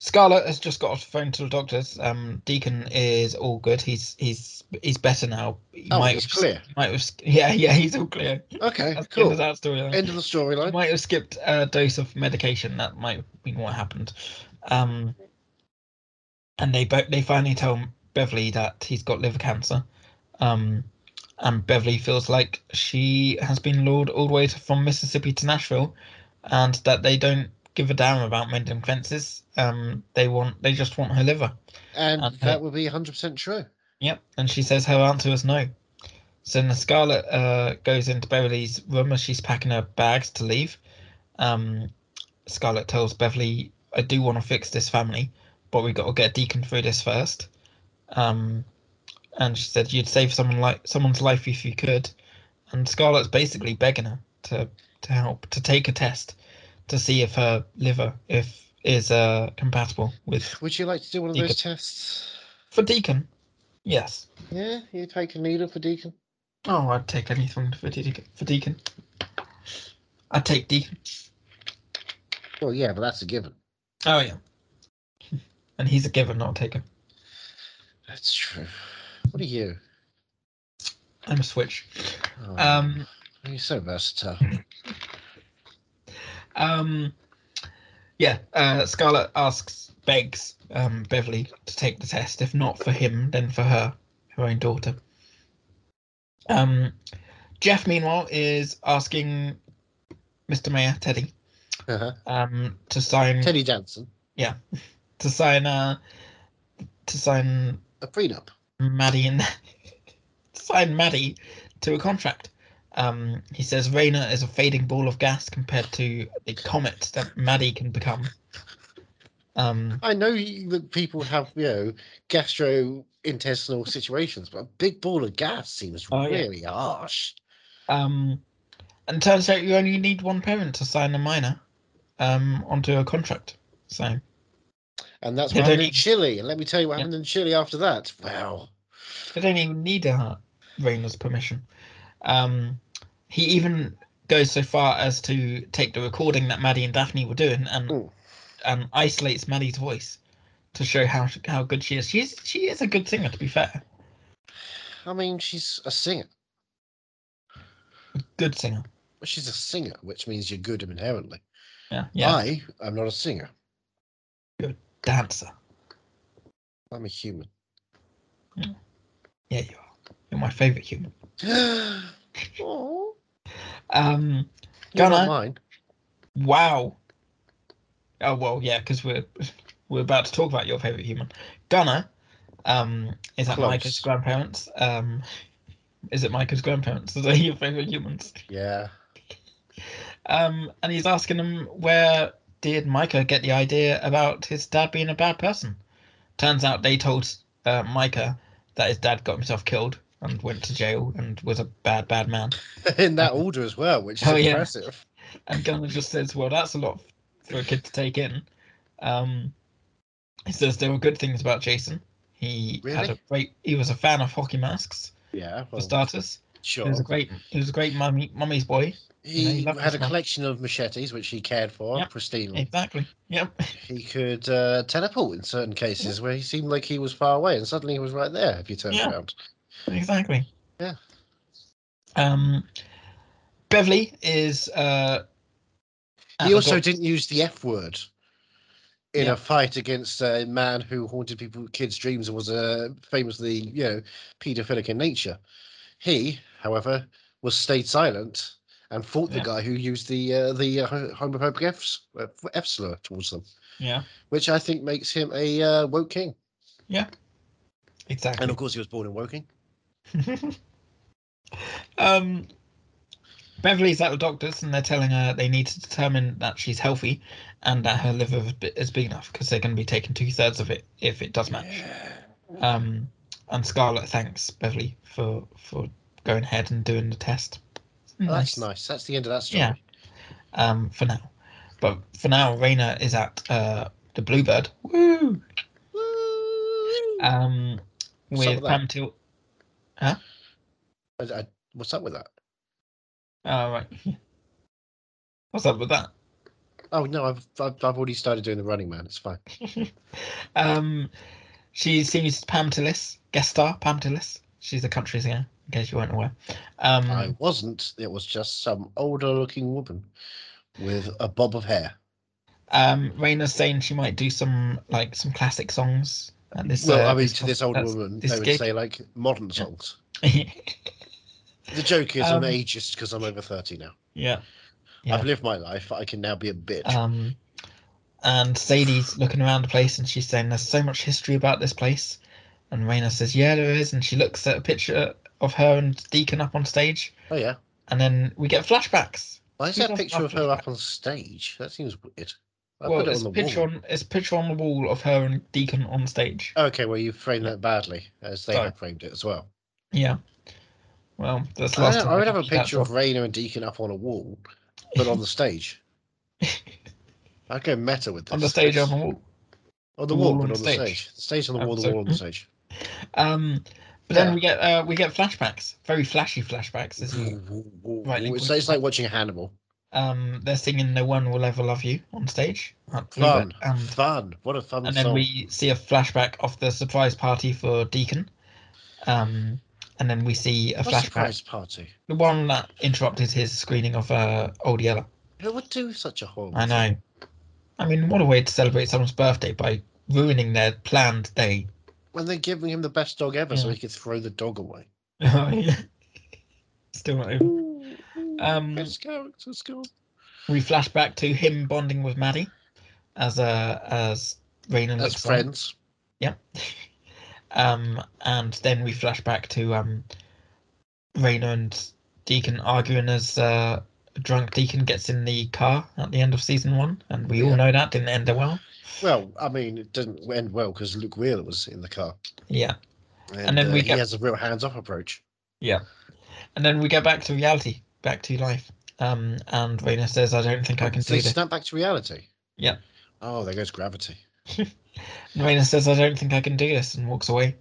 Speaker 1: Scarlett has just got off the phone to the doctors. Um, Deacon is all good. He's he's he's better now. He
Speaker 2: Oh,
Speaker 1: might
Speaker 2: it's
Speaker 1: have,
Speaker 2: clear.
Speaker 1: Might have, sk- yeah, yeah, he's all clear.
Speaker 2: Okay,
Speaker 1: That's the end
Speaker 2: cool.
Speaker 1: of that storyline.
Speaker 2: End of the storyline.
Speaker 1: might have skipped a dose of medication. That might have been what happened. Um, and they both they finally tell Beverly that he's got liver cancer. Um, and Beverly feels like she has been lured all the way to, from Mississippi to Nashville, and that they don't give a damn about mending fences. Um, they want they just want her liver.
Speaker 2: And
Speaker 1: Okay.
Speaker 2: that would be 100% true.
Speaker 1: Yep, and she says her answer is no. So then Scarlet uh, goes into Beverly's room as she's packing her bags to leave. Um, Scarlet tells Beverly, "I do want to fix this family, but we got to get Deacon through this first. Um, and she said, "You'd save someone like someone's life if you could." And Scarlet's basically begging her to to help to take a test to see if her liver if is uh, compatible with
Speaker 2: Would you like to do one of
Speaker 1: You
Speaker 2: those
Speaker 1: could-
Speaker 2: tests?
Speaker 1: for Deacon. Yes.
Speaker 2: Yeah, you take a needle for Deacon.
Speaker 1: Oh, I'd take anything for Deacon. For Deacon. I'd take Deacon.
Speaker 2: Well, yeah, but that's a given.
Speaker 1: Oh, yeah. And he's a giver, not a taker.
Speaker 2: That's true. What are you?
Speaker 1: I'm a switch.
Speaker 2: Oh,
Speaker 1: Um,
Speaker 2: you're so versatile.
Speaker 1: um, yeah, uh, Scarlett asks, begs um, Beverly to take the test. If not for him, then for her, her own daughter. Um, Jeff, meanwhile, is asking Mr. Mayor, Teddy,
Speaker 2: Uh-huh.
Speaker 1: um, to sign
Speaker 2: Teddy Danson,
Speaker 1: to sign uh, to sign
Speaker 2: a prenup.
Speaker 1: Maddie and sign Maddie to a contract. Um, he says Rayna is a fading ball of gas compared to the comet that Maddie can become. Um,
Speaker 2: I know you- that people have, you know, gastrointestinal situations, but a big ball of gas seems
Speaker 1: Oh, yeah.
Speaker 2: really harsh.
Speaker 1: um, and turns out you only need one parent to sign a minor um, onto a contract. So
Speaker 2: And that's
Speaker 1: They
Speaker 2: what happened
Speaker 1: don't
Speaker 2: in
Speaker 1: eat-
Speaker 2: Chile. And let me tell you what
Speaker 1: Yeah.
Speaker 2: happened in Chile after that. Wow.
Speaker 1: they don't even need uh, Rayna's permission. Um, he even goes so far as to take the recording that Maddie and Daphne were doing and
Speaker 2: Mm.
Speaker 1: um, isolates Maddie's voice to show how how good she is. She's she is a good singer, to be fair.
Speaker 2: I mean, she's a singer.
Speaker 1: Good singer.
Speaker 2: She's a singer, which means you're good inherently.
Speaker 1: Yeah, yeah.
Speaker 2: I am not a singer.
Speaker 1: Dancer.
Speaker 2: I'm a human.
Speaker 1: Yeah, you are. You're my favorite human.
Speaker 2: oh,
Speaker 1: Um,
Speaker 2: you're
Speaker 1: Gunnar?
Speaker 2: not mine.
Speaker 1: wow. Oh well, yeah, because we're we're about to talk about your favorite human, Gunnar. Um, is that
Speaker 2: Close.
Speaker 1: Micah's grandparents? Um, is it Micah's grandparents? Are they your favorite humans?
Speaker 2: Yeah.
Speaker 1: Um, and he's asking him where did Micah get the idea about his dad being a bad person. Turns out they told uh, Micah that his dad got himself killed and went to jail and was a bad, bad man.
Speaker 2: In that order as well, which is
Speaker 1: Oh, yeah.
Speaker 2: impressive.
Speaker 1: And Gunnar just says, "Well, that's a lot for a kid to take in." Um, he says there were good things about Jason. He had
Speaker 2: Really? Oh,
Speaker 1: a great. He was a fan of hockey masks
Speaker 2: Yeah.
Speaker 1: for
Speaker 2: well,
Speaker 1: starters.
Speaker 2: sure.
Speaker 1: He was a great. He was a great mummy, mummy's boy. Yeah,
Speaker 2: He
Speaker 1: he loved
Speaker 2: had
Speaker 1: his
Speaker 2: a
Speaker 1: mum.
Speaker 2: collection of machetes, which he cared for
Speaker 1: Yep.
Speaker 2: pristinely.
Speaker 1: Exactly. Yep.
Speaker 2: He could uh, teleport in certain cases where he seemed like he was far away, and suddenly he was right there if you turned
Speaker 1: Yeah.
Speaker 2: around.
Speaker 1: Exactly.
Speaker 2: Yeah.
Speaker 1: Um, Beverly is. Uh, at
Speaker 2: He
Speaker 1: the
Speaker 2: also
Speaker 1: doc-
Speaker 2: didn't use the F word in
Speaker 1: Ah, Yeah.
Speaker 2: a fight against a man who haunted people kids' dreams and was uh, famously, you know, paedophilic in nature. He, however, was stayed silent and fought
Speaker 1: Yeah.
Speaker 2: the guy who used the uh, the uh, ho- homophobic F's, uh, F slur towards them,
Speaker 1: Yeah.
Speaker 2: which I think makes him a uh, woke king.
Speaker 1: Exactly.
Speaker 2: And of course, he was born in Woking.
Speaker 1: um, Beverly's at the doctor's and they're telling her they need to determine that she's healthy and that her liver is bi- is big enough because they're going to be taking two thirds of it if it does match. Um, and Scarlett thanks Beverly for for going ahead and doing the test.
Speaker 2: Oh, That's nice. That's the end of that story.
Speaker 1: Yeah. um, for now. But for now, Raina is at uh, the Bluebird. Woo!
Speaker 2: Woo!
Speaker 1: Um,
Speaker 2: What's up
Speaker 1: with
Speaker 2: with that?
Speaker 1: Pam Til.
Speaker 2: I- I- what's up with that?
Speaker 1: Oh, right. What's up with that?
Speaker 2: Oh no, I've, I've I've already started doing the Running Man. It's fine.
Speaker 1: Um, she sings Pam Tillis, guest star Pam Tillis. She's a country singer, in case you weren't aware. Um,
Speaker 2: I wasn't. It was just some older-looking woman with a bob of hair.
Speaker 1: um, Raina's saying she might do some like some classic songs. At this,
Speaker 2: Well,
Speaker 1: uh,
Speaker 2: I mean, to this old
Speaker 1: that's-
Speaker 2: woman,
Speaker 1: this
Speaker 2: they would
Speaker 1: gig.
Speaker 2: say like modern songs. The joke is
Speaker 1: Um,
Speaker 2: I'm ageist because I'm over thirty now.
Speaker 1: yeah. Yeah.
Speaker 2: I've lived my life. I can now be a bitch.
Speaker 1: Um, and Sadie's looking around the place and she's saying, There's so much history about this place. And Raina says, Yeah, there is. And she looks at a picture of her and Deacon up on stage.
Speaker 2: oh yeah.
Speaker 1: And then we get flashbacks.
Speaker 2: Why is
Speaker 1: Who
Speaker 2: that
Speaker 1: does
Speaker 2: picture of
Speaker 1: that?
Speaker 2: her up on stage? That seems weird. I
Speaker 1: well,
Speaker 2: put it
Speaker 1: it's,
Speaker 2: on the
Speaker 1: a picture
Speaker 2: wall.
Speaker 1: On, it's a picture on the wall of her and Deacon on stage.
Speaker 2: Okay, well you framed that badly, as they
Speaker 1: Sorry.
Speaker 2: have framed it as well.
Speaker 1: Yeah. Well, that's the
Speaker 2: I,
Speaker 1: last
Speaker 2: don't-
Speaker 1: time
Speaker 2: I would
Speaker 1: can
Speaker 2: have a
Speaker 1: see that
Speaker 2: picture of Raina and Deacon up on a wall, but on the stage. I'd go meta with this.
Speaker 1: on the stage on the wall.
Speaker 2: On the wall,
Speaker 1: wall
Speaker 2: but
Speaker 1: on
Speaker 2: on
Speaker 1: the
Speaker 2: the
Speaker 1: stage.
Speaker 2: stage. The stage on the wall, the
Speaker 1: Absolutely.
Speaker 2: wall on the stage.
Speaker 1: Um, but
Speaker 2: Yeah.
Speaker 1: then we get uh, we get flashbacks, very flashy flashbacks. As well. Right,
Speaker 2: Right, it's,
Speaker 1: Lincoln.
Speaker 2: it's like watching Hannibal.
Speaker 1: um, they're singing "No One Will Ever Love You" on stage. That's
Speaker 2: Fun,
Speaker 1: Weaver. And
Speaker 2: fun. What a fun
Speaker 1: um, and
Speaker 2: song.
Speaker 1: then we see a flashback of the surprise party for Deacon. Um, and then we see a
Speaker 2: what a
Speaker 1: flashback,
Speaker 2: surprise party.
Speaker 1: the one that interrupted his screening of uh, Old Yeller.
Speaker 2: Who would do such a horrible?
Speaker 1: I know. I mean, what a way to celebrate someone's birthday by ruining their planned day.
Speaker 2: When they're giving him the best dog ever, so
Speaker 1: Yeah.
Speaker 2: he could throw the dog away.
Speaker 1: Still not over. Um,
Speaker 2: Best character's gone.
Speaker 1: We flash back to him bonding with Maddie as uh, as Raina
Speaker 2: That's
Speaker 1: looks on.
Speaker 2: friends.
Speaker 1: Um, and then we flash back to um, Raina and Deacon arguing as uh, drunk Deacon gets in the car at the end of season one, and we
Speaker 2: Yeah.
Speaker 1: all know that didn't end well.
Speaker 2: Well, I mean, it didn't end well because Luke Wheeler was in the car,
Speaker 1: Yeah,
Speaker 2: and,
Speaker 1: then
Speaker 2: uh,
Speaker 1: we
Speaker 2: he
Speaker 1: get-
Speaker 2: has a real hands-off approach.
Speaker 1: and then we go back to reality, back to life. Um, and Raina says, "I don't think I can
Speaker 2: So
Speaker 1: do
Speaker 2: they
Speaker 1: this."
Speaker 2: snap back to reality.
Speaker 1: Yeah.
Speaker 2: Oh, there goes gravity.
Speaker 1: And Raina says, "I don't think I can do this," and walks away.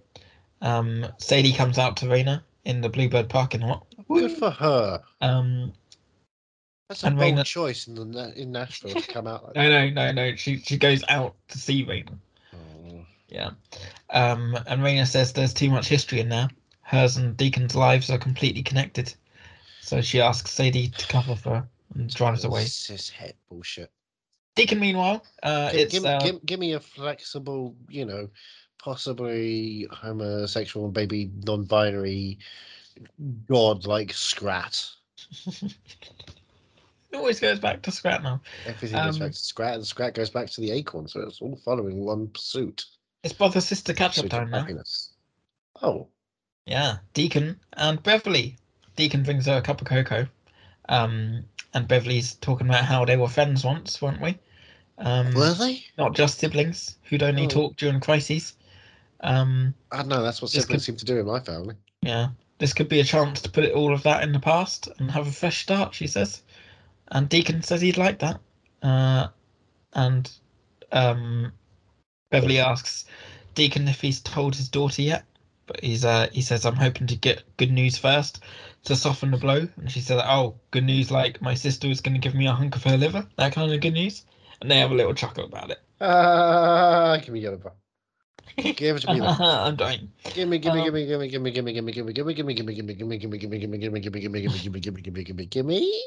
Speaker 1: Um, Sadie comes out to Raina in the Bluebird parking lot.
Speaker 2: Good for her.
Speaker 1: Um,
Speaker 2: That's a
Speaker 1: And
Speaker 2: bold
Speaker 1: Raina-
Speaker 2: choice in the Na- in Nashville to come out like that.
Speaker 1: no, no, no, no. She she goes out to see Raina.
Speaker 2: Oh.
Speaker 1: Yeah. Um, and Raina says there's too much history in there. Hers and Deacon's lives are completely connected. So she asks Sadie to cover for her and drives away.
Speaker 2: Cis het bullshit.
Speaker 1: Deacon, meanwhile, uh,
Speaker 2: Give,
Speaker 1: it's
Speaker 2: give,
Speaker 1: uh,
Speaker 2: give, give me a flexible, you know, possibly homosexual and maybe non-binary, god-like scrat.
Speaker 1: it always goes back to Scrat now.
Speaker 2: Everything goes
Speaker 1: Um,
Speaker 2: back to scrat, and scrat goes back to the acorn, so it's all following one pursuit.
Speaker 1: It's brother sister catch up
Speaker 2: pursuit of
Speaker 1: time now.
Speaker 2: happiness. Oh,
Speaker 1: Yeah, Deacon and Beverly. Deacon brings her a cup of cocoa. Um, and Beverly's talking about how they were friends once, weren't we? Um,
Speaker 2: were they?
Speaker 1: not just siblings who'd only
Speaker 2: Oh.
Speaker 1: talk during crises. Um,
Speaker 2: I don't know. That's what
Speaker 1: This
Speaker 2: siblings seem to do in my family.
Speaker 1: Yeah, this could be a chance to put it all of that in the past and have a fresh start, she says. And Deacon says he'd like that. Uh, and um, Beverly asks Deacon if he's told his daughter yet, but he's uh, he says I'm hoping to get good news first to soften the blow. And she says, "Oh, good news! Like my sister is going to give me a hunk of her liver. That kind of good news." And they have a little chuckle about it.
Speaker 2: Ah, give me yellow bar. Give it to me. then.
Speaker 1: I'm dying.
Speaker 2: Gimme, gimme, gimme, gimme, gimme, gimme, gimme, gimme, gimme, gimme, gimme, gimme, gimme, gimme, gimme, gimme, gimme, gimme, gimme, gimme, gimme, gimme, gimme, gimme, gimme.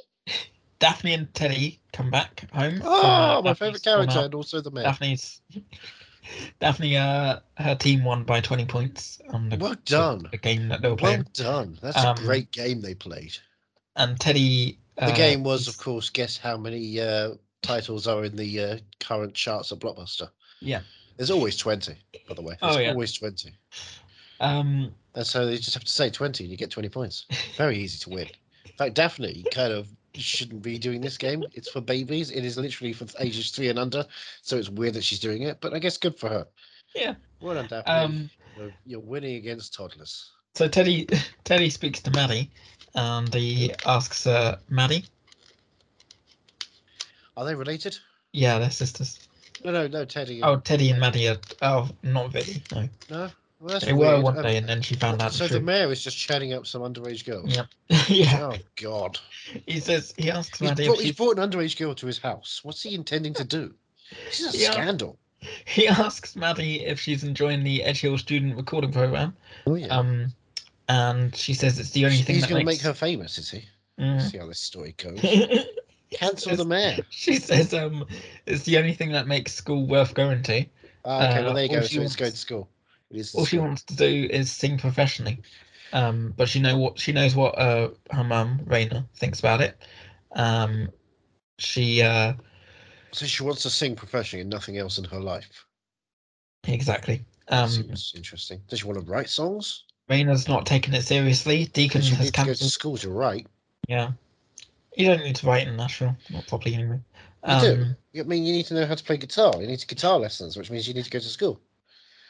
Speaker 1: Daphne and Teddy come back home.
Speaker 2: Oh,
Speaker 1: Uh,
Speaker 2: my
Speaker 1: Daphne's
Speaker 2: favourite
Speaker 1: gone
Speaker 2: character
Speaker 1: out.
Speaker 2: and also the man.
Speaker 1: Daphne's Daphne uh her team won by twenty points on the,
Speaker 2: Well done.
Speaker 1: the game that they were
Speaker 2: Well
Speaker 1: playing.
Speaker 2: done. That's a
Speaker 1: Um,
Speaker 2: great game they played.
Speaker 1: And Teddy
Speaker 2: The
Speaker 1: uh,
Speaker 2: game was, of
Speaker 1: he's-
Speaker 2: course, guess how many uh, titles are in the uh, current charts at Blockbuster.
Speaker 1: Yeah.
Speaker 2: There's always 20, by the way.
Speaker 1: Oh,
Speaker 2: There's
Speaker 1: yeah.
Speaker 2: always 20.
Speaker 1: um
Speaker 2: And so they just have to say 20 and you get 20 points. Very easy to win. In fact, Daphne kind of shouldn't be doing this game. It's for babies. It is literally for ages three and under. So it's weird that she's doing it, but I guess good for her.
Speaker 1: Yeah.
Speaker 2: Well done, Daphne.
Speaker 1: um
Speaker 2: You're- You're winning against toddlers.
Speaker 1: so Teddy Teddy speaks to Maddie and he asks uh Maddie
Speaker 2: Are they related?
Speaker 1: yeah they're sisters.
Speaker 2: No, no, no, Teddy.
Speaker 1: Oh Teddy and Maddie are oh not really no.
Speaker 2: No? Well, that's
Speaker 1: They were
Speaker 2: weird.
Speaker 1: one
Speaker 2: Um,
Speaker 1: day, and then she found out.
Speaker 2: So
Speaker 1: the
Speaker 2: the
Speaker 1: truth.
Speaker 2: mayor is just chatting up some underage girls.
Speaker 1: Yep. yeah.
Speaker 2: Oh God!
Speaker 1: He says he asks
Speaker 2: He's
Speaker 1: Maddie.
Speaker 2: brought,
Speaker 1: if she,
Speaker 2: he's brought an underage girl to his house. What's he intending to do? This is a
Speaker 1: Yeah.
Speaker 2: scandal.
Speaker 1: he asks Maddie if she's enjoying the Edge Hill student recording program.
Speaker 2: Oh yeah.
Speaker 1: Um, and she says it's the only thing
Speaker 2: he's
Speaker 1: that
Speaker 2: going to
Speaker 1: makes.
Speaker 2: make her famous, is he?
Speaker 1: Mm.
Speaker 2: See how this story goes. Cancel the mayor.
Speaker 1: she says um, it's the only thing that makes school worth going to.
Speaker 2: Ah, okay,
Speaker 1: Uh,
Speaker 2: well there you
Speaker 1: all
Speaker 2: go.
Speaker 1: she
Speaker 2: So
Speaker 1: wants-
Speaker 2: it's going to school. It is the
Speaker 1: All she
Speaker 2: school.
Speaker 1: wants to do is sing professionally. Um, but she know what she knows what uh, her mum Raina thinks about it. Um, she uh,
Speaker 2: So she wants to sing professionally and nothing else in her life.
Speaker 1: exactly.
Speaker 2: Um,
Speaker 1: Um,
Speaker 2: interesting. Does she want to write songs?
Speaker 1: Raina's not taking it seriously. Deacon
Speaker 2: Does she
Speaker 1: has
Speaker 2: need to go to
Speaker 1: cancelled.
Speaker 2: school to write?
Speaker 1: Yeah, you don't need to write in Nashville, not properly anyway.
Speaker 2: You do.
Speaker 1: Um,
Speaker 2: I mean, you need to know how to play guitar. You need to guitar lessons, which means you need to go to school.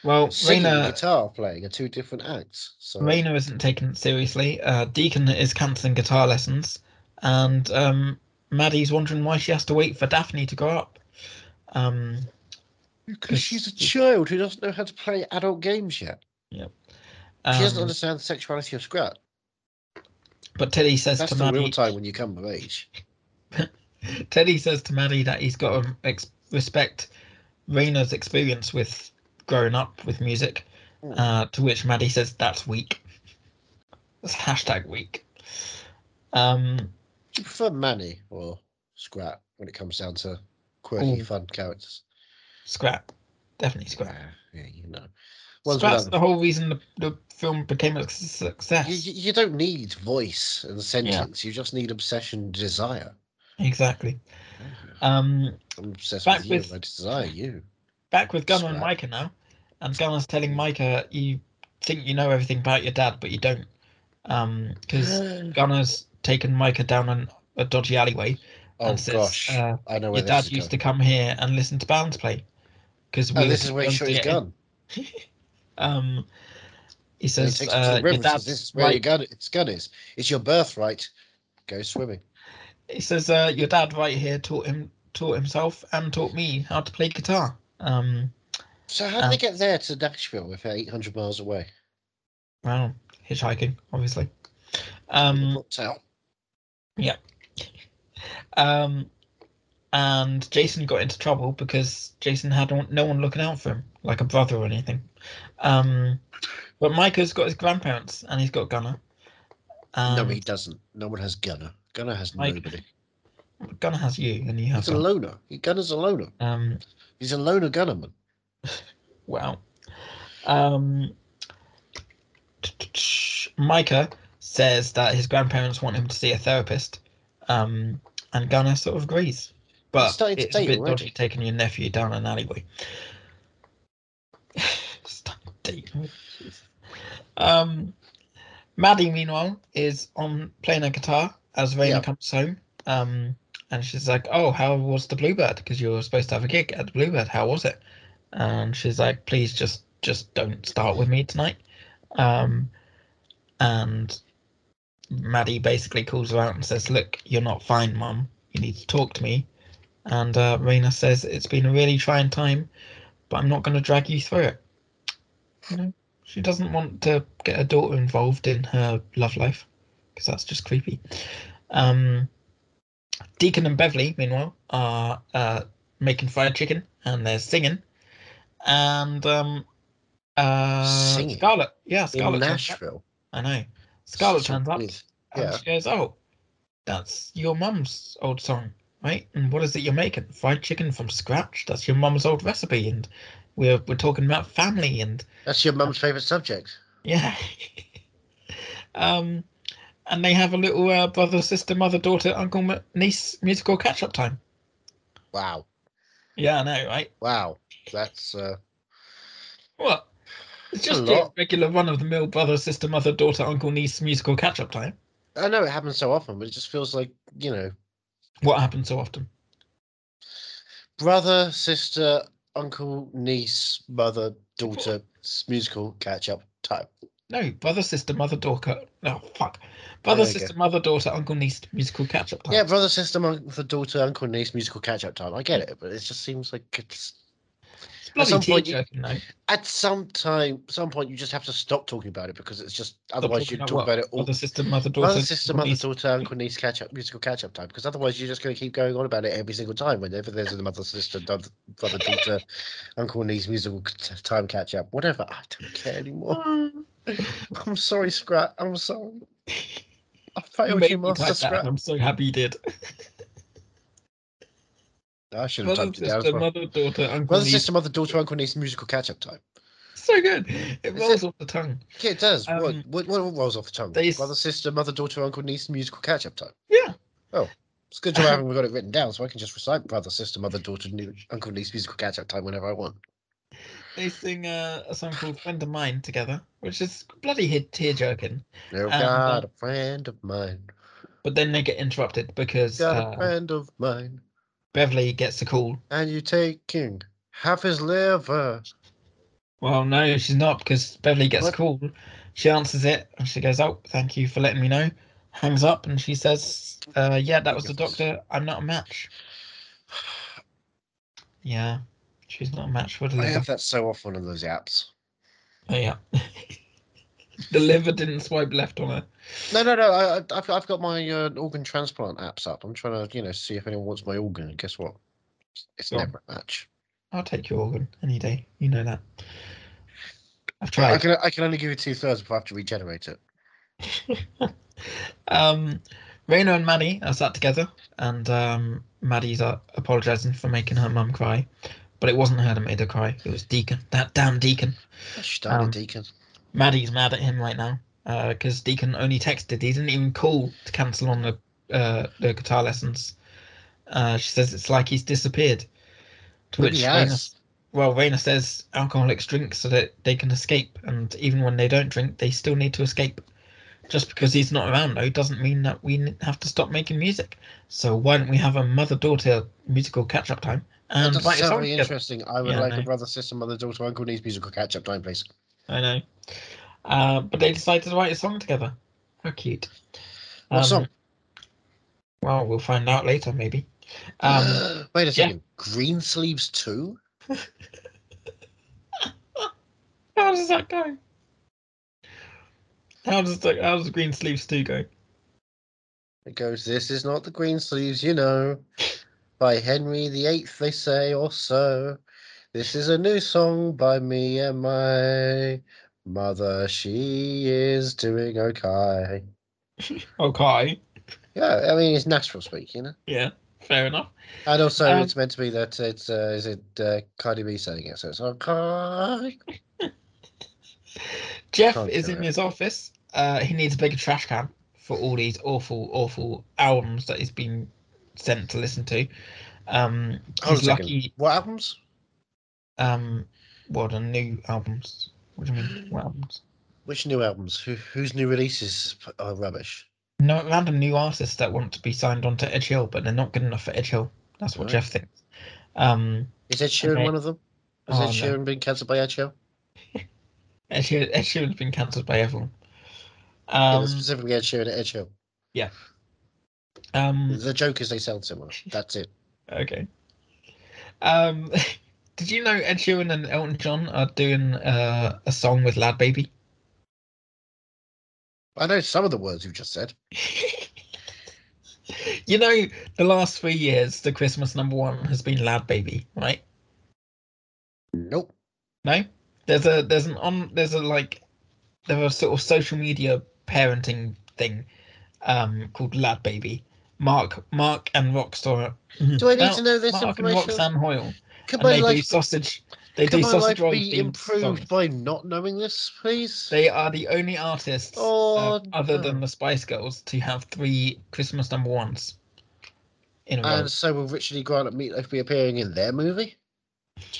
Speaker 1: well,
Speaker 2: Singing and
Speaker 1: Raina
Speaker 2: guitar playing are two different acts. So
Speaker 1: Raina isn't taking it seriously. Uh, Deacon is cancelling guitar lessons, and um, Maddie's wondering why she has to wait for Daphne to grow up. Um,
Speaker 2: because she's a child who doesn't know how to play adult games yet. she doesn't
Speaker 1: um,
Speaker 2: understand the sexuality of scrap.
Speaker 1: But Teddy says
Speaker 2: That's
Speaker 1: to
Speaker 2: the real
Speaker 1: Maddie.
Speaker 2: time when you come of age.
Speaker 1: Teddy says to Maddie that he's got to ex- respect Raina's experience with growing up with music.
Speaker 2: Mm.
Speaker 1: Uh, to which Maddie says that's weak. That's hashtag weak. Um,
Speaker 2: Do you prefer Manny or Scrat when it comes down to quirky,
Speaker 1: Ooh.
Speaker 2: fun characters?
Speaker 1: scrap, definitely Mm. scrap.
Speaker 2: Yeah, you know. One's
Speaker 1: Scrap's
Speaker 2: without-
Speaker 1: the whole reason the, the film became a su- success.
Speaker 2: you, you you don't need voice and sentence. You just need obsession, and desire.
Speaker 1: Exactly. Um,
Speaker 2: I'm obsessed
Speaker 1: Back
Speaker 2: with you.
Speaker 1: with-
Speaker 2: I desire you.
Speaker 1: back with Gunnar and
Speaker 2: Scrap.
Speaker 1: Micah now, and Gunnar's telling Micah, "You think you know everything about your dad, but you don't," because Gunnar's taken Micah down an, a dodgy alleyway
Speaker 2: Oh
Speaker 1: and says,
Speaker 2: gosh,
Speaker 1: uh,
Speaker 2: I know where
Speaker 1: "Your
Speaker 2: this
Speaker 1: dad
Speaker 2: is
Speaker 1: used
Speaker 2: going.
Speaker 1: to come here and listen to bands play." Because
Speaker 2: Oh, this is where he shot his gun.
Speaker 1: Um, he
Speaker 2: And he
Speaker 1: says,
Speaker 2: takes it to the
Speaker 1: uh,
Speaker 2: river
Speaker 1: "Your
Speaker 2: and says, "This
Speaker 1: dad's
Speaker 2: is where your
Speaker 1: right."
Speaker 2: gun, its gun is. It's your birthright. Go swimming."
Speaker 1: He says, uh, "Your dad right here taught him, taught himself, and taught me how to play guitar." Um,
Speaker 2: So how did
Speaker 1: Um,
Speaker 2: they get there to Nashville if they're 800 miles away?
Speaker 1: well, hitchhiking, obviously.
Speaker 2: I
Speaker 1: Um,
Speaker 2: can't tell.
Speaker 1: Um, and Jason got into trouble because Jason had on- no one looking out for him, like a brother or anything. Um, but Micah's got his grandparents and he's got Gunnar. Um,
Speaker 2: no, he doesn't. No one has Gunner. Gunner has
Speaker 1: Mike,
Speaker 2: nobody.
Speaker 1: Gunnar has you and you have
Speaker 2: He's a
Speaker 1: Gunnar.
Speaker 2: loner. He, Gunner's a loner.
Speaker 1: Um,
Speaker 2: He's a loner gunnerman.
Speaker 1: wow. Um, Micah says that his grandparents want him to see a therapist, um, and Gunnar sort of agrees. But
Speaker 2: starting to
Speaker 1: it's a
Speaker 2: date
Speaker 1: bit
Speaker 2: already.
Speaker 1: dodgy taking your nephew down an alleyway. Starting to date. oh, jeez. Um, Maddie, meanwhile, is on playing a guitar as Raina
Speaker 2: Yeah.
Speaker 1: comes home. Um, and she's like, "Oh, how was the Bluebird? Because you were supposed to have a gig at the Bluebird. How was it?" And she's like, "Please, just just don't start with me tonight." Um, and Maddie basically calls her out and says, "Look, you're not fine, Mum. You need to talk to me." And uh, Raina says, "It's been a really trying time, but I'm not going to drag you through it." You know, she doesn't want to get her daughter involved in her love life because that's just creepy. Um, Deacon and Beverly, meanwhile, are uh, making fried chicken and they're singing. And um, uh,
Speaker 2: Singing?
Speaker 1: Scarlet, yeah, Scarlet
Speaker 2: in
Speaker 1: comes up.
Speaker 2: Nashville.
Speaker 1: I know. Scarlet
Speaker 2: Such a
Speaker 1: turns up
Speaker 2: weird-
Speaker 1: and
Speaker 2: yeah.
Speaker 1: she goes, "Oh, that's your mum's old song, right? And what is it you're making? Fried chicken from scratch? That's your mum's old recipe, and we're we're talking about family and
Speaker 2: That's your mum's favourite subject.
Speaker 1: yeah." um, and they have a little uh, brother, sister, mother, daughter, uncle, mu- niece musical catch up time.
Speaker 2: Wow.
Speaker 1: Yeah, I know, right?
Speaker 2: Wow. That's uh,
Speaker 1: What? It's
Speaker 2: That's a
Speaker 1: just your
Speaker 2: lot.
Speaker 1: regular run of the mill brother, sister, mother, daughter, uncle, niece musical catch up time.
Speaker 2: I know it happens so often, but it just feels like, you know,
Speaker 1: What happens so often?
Speaker 2: brother, sister, uncle, niece, mother, daughter, s- musical catch up time.
Speaker 1: No, brother, sister, mother, daughter. No, fuck. Brother,
Speaker 2: There you go.
Speaker 1: sister, mother, daughter, uncle, niece, musical catch up time.
Speaker 2: Yeah, brother, sister, mother, daughter, uncle, niece, musical catch up time. I get it, but it just seems like it's
Speaker 1: It's bloody
Speaker 2: some point you-
Speaker 1: tear-jerking, though.
Speaker 2: At some time, some point, you just have to stop talking about it because it's just otherwise
Speaker 1: talking
Speaker 2: you
Speaker 1: about
Speaker 2: talk
Speaker 1: what?
Speaker 2: about it all
Speaker 1: Mother, sister, mother, daughter.
Speaker 2: Mother, Oh. sister, mother,
Speaker 1: niece.
Speaker 2: daughter, uncle, niece, catch up, musical catch up time. Because otherwise, you're just going to keep going on about it every single time. Whenever there's a mother, sister, do- brother, daughter, uncle, niece, musical t- time catch up, whatever. I don't care anymore. I'm sorry, Scrat. I'm sorry. I
Speaker 1: You
Speaker 2: failed
Speaker 1: made
Speaker 2: you,
Speaker 1: me type
Speaker 2: Master
Speaker 1: that, and
Speaker 2: Scrat.
Speaker 1: I'm so happy you did.
Speaker 2: I should have
Speaker 1: Mother,
Speaker 2: typed it down. as
Speaker 1: sister,
Speaker 2: well.
Speaker 1: mother, daughter, uncle,
Speaker 2: Mother,
Speaker 1: niece.
Speaker 2: sister, mother, daughter, uncle, niece, musical catch up time.
Speaker 1: So good. It
Speaker 2: Is
Speaker 1: rolls off the tongue.
Speaker 2: Yeah, it does. what,
Speaker 1: Um,
Speaker 2: what, what rolls off the tongue?
Speaker 1: they s-
Speaker 2: Mother, sister, mother, daughter, uncle, niece, musical catch up time.
Speaker 1: Yeah.
Speaker 2: It's good job having we got it written down, so I can just recite brother, sister, mother, daughter, new, uncle, niece, musical catch-up time whenever I want.
Speaker 1: They sing uh, a song called Friend of Mine together, which is bloody hit tear jerking.
Speaker 2: You
Speaker 1: Um,
Speaker 2: got a friend of mine.
Speaker 1: But then they get interrupted because
Speaker 2: Got a
Speaker 1: uh,
Speaker 2: friend of mine,
Speaker 1: Beverly gets a call.
Speaker 2: and you taking half his liver.
Speaker 1: Well, no, she's not because Beverly gets
Speaker 2: What?
Speaker 1: a call. She answers it and she goes, "Oh, thank you for letting me know." Hangs up and she says, uh, "Yeah,
Speaker 2: Oh,
Speaker 1: that was the doctor. I'm not a match." Yeah, she's not a match for
Speaker 2: I
Speaker 1: Deliver.
Speaker 2: have that so often on those apps.
Speaker 1: Oh, yeah. the liver didn't swipe left on her.
Speaker 2: No, no, no. I, I- I've, I've got my uh, organ transplant apps up. I'm trying to, you know, see if anyone wants my organ. And guess what? It's
Speaker 1: Go on.
Speaker 2: never a match.
Speaker 1: I'll take your organ any day. You know that. I've
Speaker 2: I
Speaker 1: tried.
Speaker 2: can, I can only give you two thirds if I have to regenerate it.
Speaker 1: Um, Raina and Maddie are sat together, and um, Maddie's uh, apologising for making her mum cry, but it wasn't her that made her cry. It was Deacon. That damn Deacon.
Speaker 2: Gosh darn it,
Speaker 1: Um,
Speaker 2: Deacon.
Speaker 1: Maddie's mad at him right now because Deacon only texted. He didn't even call to cancel on the uh, the guitar lessons. Uh, she says it's like he's disappeared. To
Speaker 2: Maybe
Speaker 1: which
Speaker 2: he
Speaker 1: Raina,
Speaker 2: has.
Speaker 1: well, Raina says alcoholics drink so that they can escape, and even when they don't drink, they still need to escape. Just because he's not around, though, doesn't mean that we n- have to stop making music. So why don't we have a mother-daughter musical catch-up time and
Speaker 2: That
Speaker 1: write a
Speaker 2: sounds
Speaker 1: song
Speaker 2: very
Speaker 1: together?
Speaker 2: interesting. I would
Speaker 1: Um, Yeah, I
Speaker 2: like a
Speaker 1: know.
Speaker 2: brother, sister, mother, daughter, uncle, niece, musical catch-up time, please.
Speaker 1: I know. Uh, but they decided to write a song together. How cute. Um,
Speaker 2: What song?
Speaker 1: Well, we'll find out later, maybe. Um,
Speaker 2: Wait a second. Green Sleeves 2?
Speaker 1: how does that go? How does the, how does Green Sleeves 2 go?
Speaker 2: It goes, This is not the Green Sleeves, you know. By Henry the Eighth, they say, or so. This is a new song by me and my mother. She is doing okay.
Speaker 1: Okay.
Speaker 2: Yeah, I mean, it's natural speak, you know.
Speaker 1: Yeah, fair enough.
Speaker 2: And also,
Speaker 1: Um,
Speaker 2: it's meant to be that it's, uh, is it uh, Cardi B saying it? So it's okay.
Speaker 1: Jeff
Speaker 2: Can't
Speaker 1: is
Speaker 2: do
Speaker 1: in
Speaker 2: it.
Speaker 1: his office. Uh, he needs a bigger trash can for all these awful, awful albums that he's been sent to listen to. Um,
Speaker 2: Hold on a
Speaker 1: he's
Speaker 2: second.
Speaker 1: lucky.
Speaker 2: What albums?
Speaker 1: Um, what are new albums? What do you mean? What albums?
Speaker 2: Which new albums? Who, whose new releases are rubbish?
Speaker 1: No, random new artists that want to be signed onto Edge Hill, but they're not good enough for Edge Hill. That's what
Speaker 2: Right.
Speaker 1: Jeff thinks. Um,
Speaker 2: Is Ed Sheeran
Speaker 1: Okay.
Speaker 2: one of them? Has
Speaker 1: Oh,
Speaker 2: Ed
Speaker 1: no.
Speaker 2: Sheeran been cancelled by Ed Sheeran?
Speaker 1: Ed, Sheer- Ed Sheeran's been cancelled by everyone.
Speaker 2: Yeah,
Speaker 1: Um,
Speaker 2: specifically Ed Sheeran at Ed Sheeran.
Speaker 1: um,
Speaker 2: The joke is they sound similar. That's it.
Speaker 1: okay. Um, did you know Ed Sheeran and Elton John are doing uh, a song with Lad Baby?
Speaker 2: I know some of the words you just said.
Speaker 1: You know, the last three years, the Christmas number one has been Lad Baby, right?
Speaker 2: Nope.
Speaker 1: No, there's a there's an on there's a like there are sort of social media parenting thing um called Lad Baby. Mark Mark and Rockstar.
Speaker 2: Do I need to know this
Speaker 1: Mark and
Speaker 2: information?
Speaker 1: Roxanne Hoyle.
Speaker 2: Can
Speaker 1: and
Speaker 2: my
Speaker 1: they do
Speaker 2: life,
Speaker 1: sausage. They
Speaker 2: can
Speaker 1: do
Speaker 2: my life
Speaker 1: sausage roll
Speaker 2: be
Speaker 1: themed
Speaker 2: improved
Speaker 1: songs.
Speaker 2: by not knowing this, please?
Speaker 1: They are the only artists uh,
Speaker 2: Oh,
Speaker 1: other
Speaker 2: no.
Speaker 1: than the Spice Girls to have three Christmas number ones in a row.
Speaker 2: And so will Richard E. Grant and Meatloaf be appearing in their movie?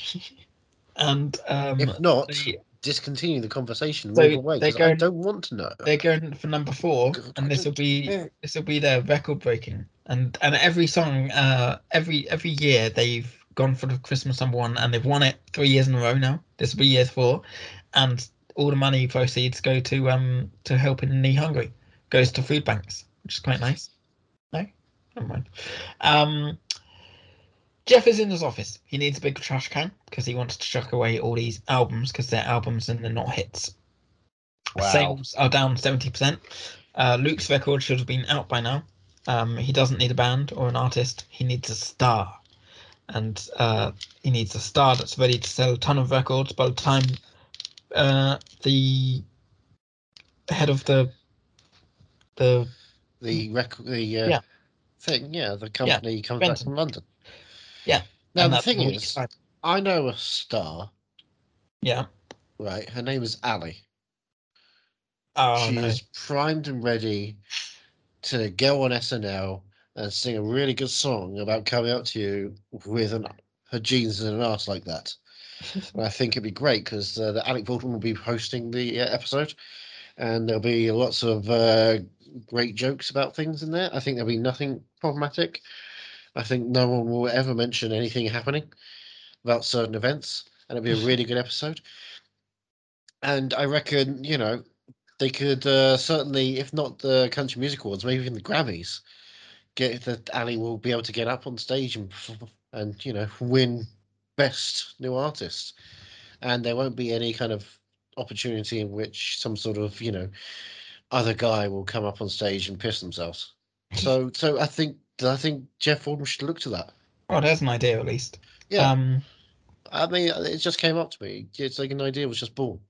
Speaker 1: And, um,
Speaker 2: If not,
Speaker 1: they,
Speaker 2: discontinue the conversation.
Speaker 1: So
Speaker 2: move away.
Speaker 1: they're
Speaker 2: 'cause I
Speaker 1: going-
Speaker 2: don't want to know.
Speaker 1: they're going for number four,
Speaker 2: God, I
Speaker 1: and this will
Speaker 2: don't
Speaker 1: be
Speaker 2: care.
Speaker 1: this will be their record breaking. And and every song, uh, every every year they've gone for the Christmas number one, and they've won it three years in a row now. This will be year four, and all the money proceeds go to um to helping the hungry, goes to food banks, which is quite nice. No, never mind. Um, Jeff is in his office. He needs a big trash can because he wants to chuck away all these albums because they're albums and they're not hits.
Speaker 2: Wow.
Speaker 1: Sales are down 70%. Uh, Luke's record should have been out by now. Um, he doesn't need a band or an artist. He needs a star. And uh, he needs a star that's ready to sell a ton of records by the time uh, the head of the the
Speaker 2: The rec- the uh,
Speaker 1: Mm. Yeah.
Speaker 2: thing, yeah, the company comes back
Speaker 1: Benton.
Speaker 2: from London.
Speaker 1: Yeah.
Speaker 2: Now
Speaker 1: and
Speaker 2: the
Speaker 1: that's
Speaker 2: thing
Speaker 1: all we
Speaker 2: is,
Speaker 1: decide.
Speaker 2: I know a star,
Speaker 1: yeah.
Speaker 2: right? Her name is Ali.
Speaker 1: Oh
Speaker 2: she
Speaker 1: no.
Speaker 2: is primed and ready to go on SNL and sing a really good song about coming up to you with an, her jeans and an ass like that. And I think it'd be great because uh, the Alec Baldwin will be hosting the uh, episode, and there'll be lots of uh, great jokes about things in there. I think there'll be nothing problematic. I think no one will ever mention anything happening about certain events, and it'll be a really good episode. And I reckon, you know, they could uh, certainly, if not the Country Music Awards, maybe even the Grammys, get that Ali will be able to get up on stage and perform- and you know win best new artist, and there won't be any kind of opportunity in which some sort of you know other guy will come up on stage and piss themselves. So so I think I think Jeff Fordham should look to that.
Speaker 1: Oh, there's an idea at least.
Speaker 2: Yeah.
Speaker 1: Um,
Speaker 2: I mean, it just came up to me. It's like an idea was just born.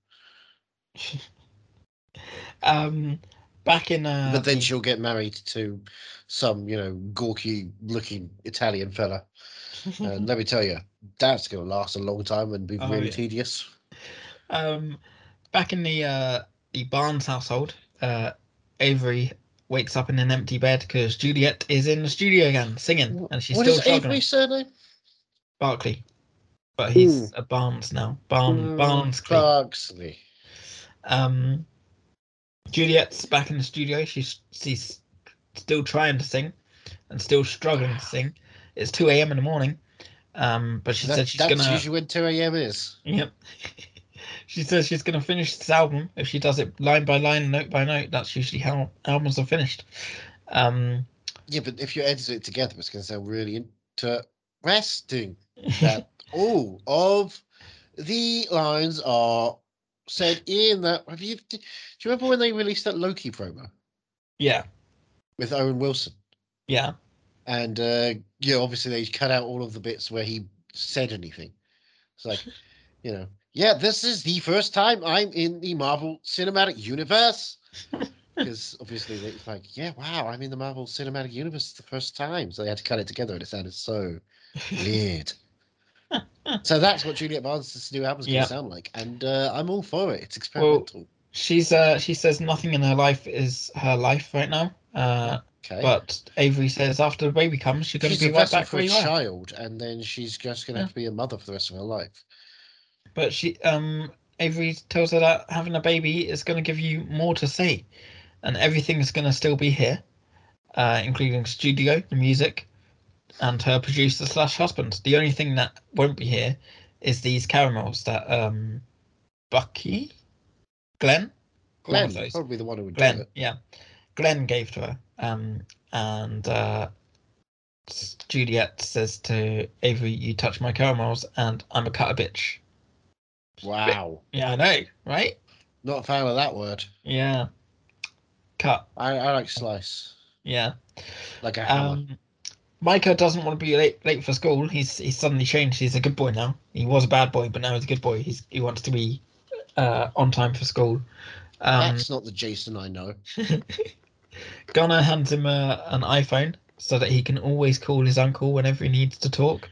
Speaker 1: um, back in. Uh,
Speaker 2: but then
Speaker 1: the-
Speaker 2: she'll get married to some, you know, gawky looking Italian fella. And let me tell you, that's going to last a long time and be
Speaker 1: Oh,
Speaker 2: really
Speaker 1: yeah.
Speaker 2: tedious.
Speaker 1: um, back in the uh, the Barnes household, uh, Avery wakes up in an empty bed because Juliet is in the studio again singing, and she's
Speaker 2: what
Speaker 1: still
Speaker 2: is
Speaker 1: struggling.
Speaker 2: Avery's surname?
Speaker 1: Barkley, but he's a Barnes now. Barn
Speaker 2: Mm,
Speaker 1: Barnes.
Speaker 2: Clarksley.
Speaker 1: Um, Juliet's back in the studio. She's she's still trying to sing, and still struggling to sing. It's two a.m. in the morning, um, but she
Speaker 2: That-
Speaker 1: said she's
Speaker 2: that's
Speaker 1: gonna.
Speaker 2: usually when 2 a.m. is.
Speaker 1: Yep. she says she's going to finish this album. If she does it line by line, note by note, that's usually how albums are finished. Um,
Speaker 2: Yeah, but if you edit it together, it's going to sound really interesting. That all of the lines are said in that. Have you? Do you remember when they released that Loki promo
Speaker 1: yeah,
Speaker 2: with Owen Wilson?
Speaker 1: yeah,
Speaker 2: and uh, yeah, obviously they cut out all of the bits where he said anything. It's like, you know, yeah, this is the first time I'm in the Marvel Cinematic Universe. Because obviously they- it's like, yeah, wow, I'm in the Marvel Cinematic Universe the first time. So they had to cut it together, and it sounded so weird. so that's what Juliet Barnes' new album's going to
Speaker 1: Yeah.
Speaker 2: sound like, and uh, I'm all for it. It's experimental.
Speaker 1: she's uh, she says nothing in her life is her life right now. Uh,
Speaker 2: okay.
Speaker 1: but Avery says after the baby comes, she's going
Speaker 2: She's
Speaker 1: to be
Speaker 2: a
Speaker 1: right
Speaker 2: vessel
Speaker 1: back
Speaker 2: for
Speaker 1: where
Speaker 2: a
Speaker 1: you are.
Speaker 2: child, and then she's just going to
Speaker 1: Yeah.
Speaker 2: have to be a mother for the rest of her life.
Speaker 1: But she, um, Avery tells her that having a baby is going to give you more to say, and everything is going to still be here, uh, including studio, the music, and her producer slash husband. The only thing that won't be here is these caramels that um, Bucky, Glenn, One
Speaker 2: Glenn, Oh,
Speaker 1: of those.
Speaker 2: probably the one who would do
Speaker 1: Glenn,
Speaker 2: it.
Speaker 1: yeah, Glenn gave to her. Um, and uh, s- Juliet says to Avery, "You touch my caramels, and I'm a cutter bitch."
Speaker 2: Wow.
Speaker 1: Yeah, I know, right?
Speaker 2: Not a fan of that word.
Speaker 1: Yeah. Cut.
Speaker 2: I, I like slice.
Speaker 1: Yeah.
Speaker 2: Like a hammer.
Speaker 1: Um, Micah doesn't want to be late late for school. He's he's suddenly changed. He's a good boy now. He was a bad boy, but now he's a good boy. He's he wants to be uh, on time for school. Um,
Speaker 2: That's not the Jason I know.
Speaker 1: Gunnar hands him a, an iPhone so that he can always call his uncle whenever he needs to talk.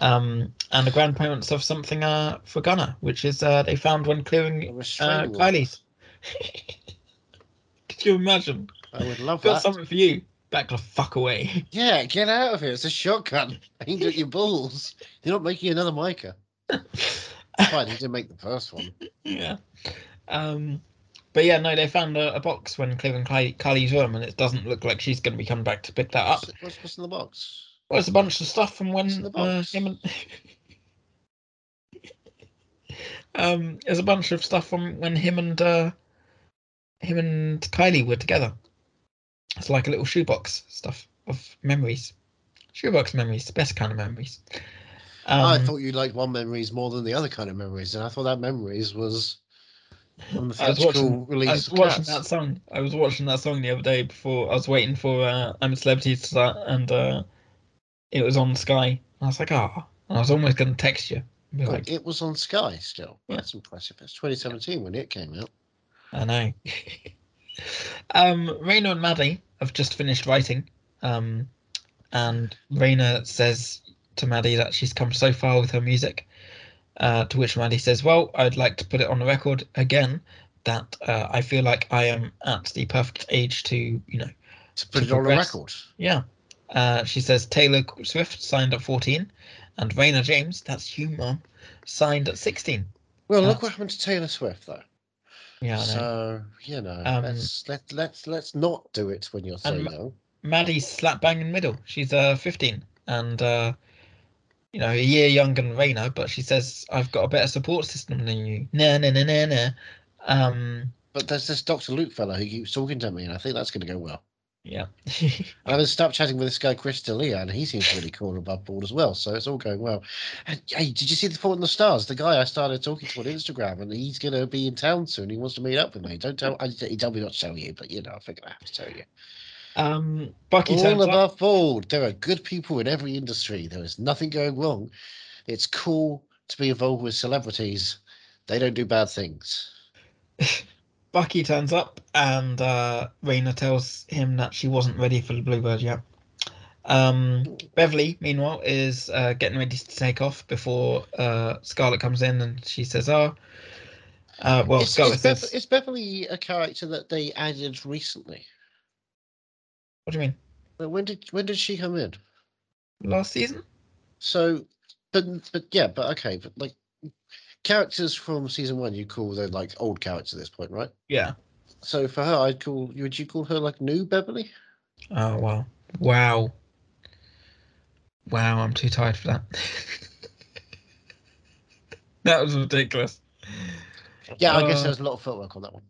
Speaker 1: Um, and the grandparents have something uh, for Gunnar, which is uh, they found when
Speaker 2: A
Speaker 1: clearing uh,
Speaker 2: restraining order.
Speaker 1: Kylie's. Could you imagine?
Speaker 2: I would love
Speaker 1: Got
Speaker 2: that.
Speaker 1: something for you. Back the fuck away.
Speaker 2: Yeah, get out of here. It's a shotgun. Aimed at your balls. You're not making another Micah. Fine, he didn't make the first one.
Speaker 1: yeah. Um, but yeah, no, they found a, a box when clearing Kylie, Kylie's room, and it doesn't look like she's going to be coming back to pick that up.
Speaker 2: What's, what's, what's in the box?
Speaker 1: Well, it's a bunch of stuff from
Speaker 2: It's in
Speaker 1: when
Speaker 2: the
Speaker 1: uh,
Speaker 2: box.
Speaker 1: him and um, there's a bunch of stuff from when him and uh, him and Kylie were together. It's like a little shoebox stuff of memories. Shoebox memories, the best kind of memories.
Speaker 2: I
Speaker 1: Um,
Speaker 2: thought you liked one memories more than the other kind of memories, and I thought that memories was on the
Speaker 1: I was
Speaker 2: theatrical
Speaker 1: I
Speaker 2: release.
Speaker 1: was
Speaker 2: of
Speaker 1: watching
Speaker 2: Cats.
Speaker 1: that song. I was watching that song the other day before I was waiting for uh, I'm a Celebrity to start, and uh, it was on Sky. And I was like, ah. And I was almost going to text you. Be
Speaker 2: Oh,
Speaker 1: like,
Speaker 2: it was on Sky still.
Speaker 1: Yeah.
Speaker 2: That's impressive. It's 2017 when it came out.
Speaker 1: I know. um, Raina and Maddie have just finished writing, um, and Raina says to Maddie that she's come so far with her music. Uh, to which Maddie says, "Well, I'd like to put it on the record again that uh, I feel like I am at the perfect age to, you know,
Speaker 2: To put
Speaker 1: To
Speaker 2: it on a
Speaker 1: progress.
Speaker 2: record.
Speaker 1: yeah." Uh, she says Taylor Swift signed at 14, and Raina James, that's you, mum, signed at 16.
Speaker 2: Well,
Speaker 1: Uh,
Speaker 2: look what happened to Taylor Swift though.
Speaker 1: Yeah, I know.
Speaker 2: so you know,
Speaker 1: Um,
Speaker 2: let's let let's let's not do it when you're so
Speaker 1: And-
Speaker 2: young.
Speaker 1: Maddie's slap bang in the middle. She's uh 15 and uh you know a year younger than Raina, but she says I've got a better support system than you. Nah nah nah nah nah. Um
Speaker 2: But there's this Dr. Luke fellow who keeps talking to me, and I think that's going to go well.
Speaker 1: yeah.
Speaker 2: And I've stopped chatting with this guy Chris D'Elia, and he seems really cool and above board as well. So it's all going well. And, hey, did you see the Fault in the Stars? The guy I started talking to on Instagram, and he's going to be in town soon. He wants to meet up with me. Don't tell. I, he told me not to tell you, but you know, I figured I have to tell you.
Speaker 1: um Bucky
Speaker 2: all
Speaker 1: turns up.
Speaker 2: above board. There are good people in every industry. There is nothing going wrong. It's cool to be involved with celebrities. They don't do bad things.
Speaker 1: Bucky turns up and uh Raina tells him that she wasn't ready for the bluebird yet. Um Beverly, meanwhile, is uh, getting ready to take off before uh Scarlett comes in and she says, Oh uh well
Speaker 2: is,
Speaker 1: Scarlett
Speaker 2: is,
Speaker 1: says
Speaker 2: Bev- is Beverly a character that they added recently?
Speaker 1: What do you mean?
Speaker 2: When- When did when did she come in?
Speaker 1: Last season?
Speaker 2: So, but but yeah, but okay, but like characters from season one, you call they're like old characters at this point, right?
Speaker 1: Yeah.
Speaker 2: So for her, I'd call would you call her like new Beverly?
Speaker 1: Oh wow. Wow. Wow, I'm too tired for that. that was ridiculous.
Speaker 2: Yeah, I guess
Speaker 1: Uh,
Speaker 2: there's a lot of footwork on that one.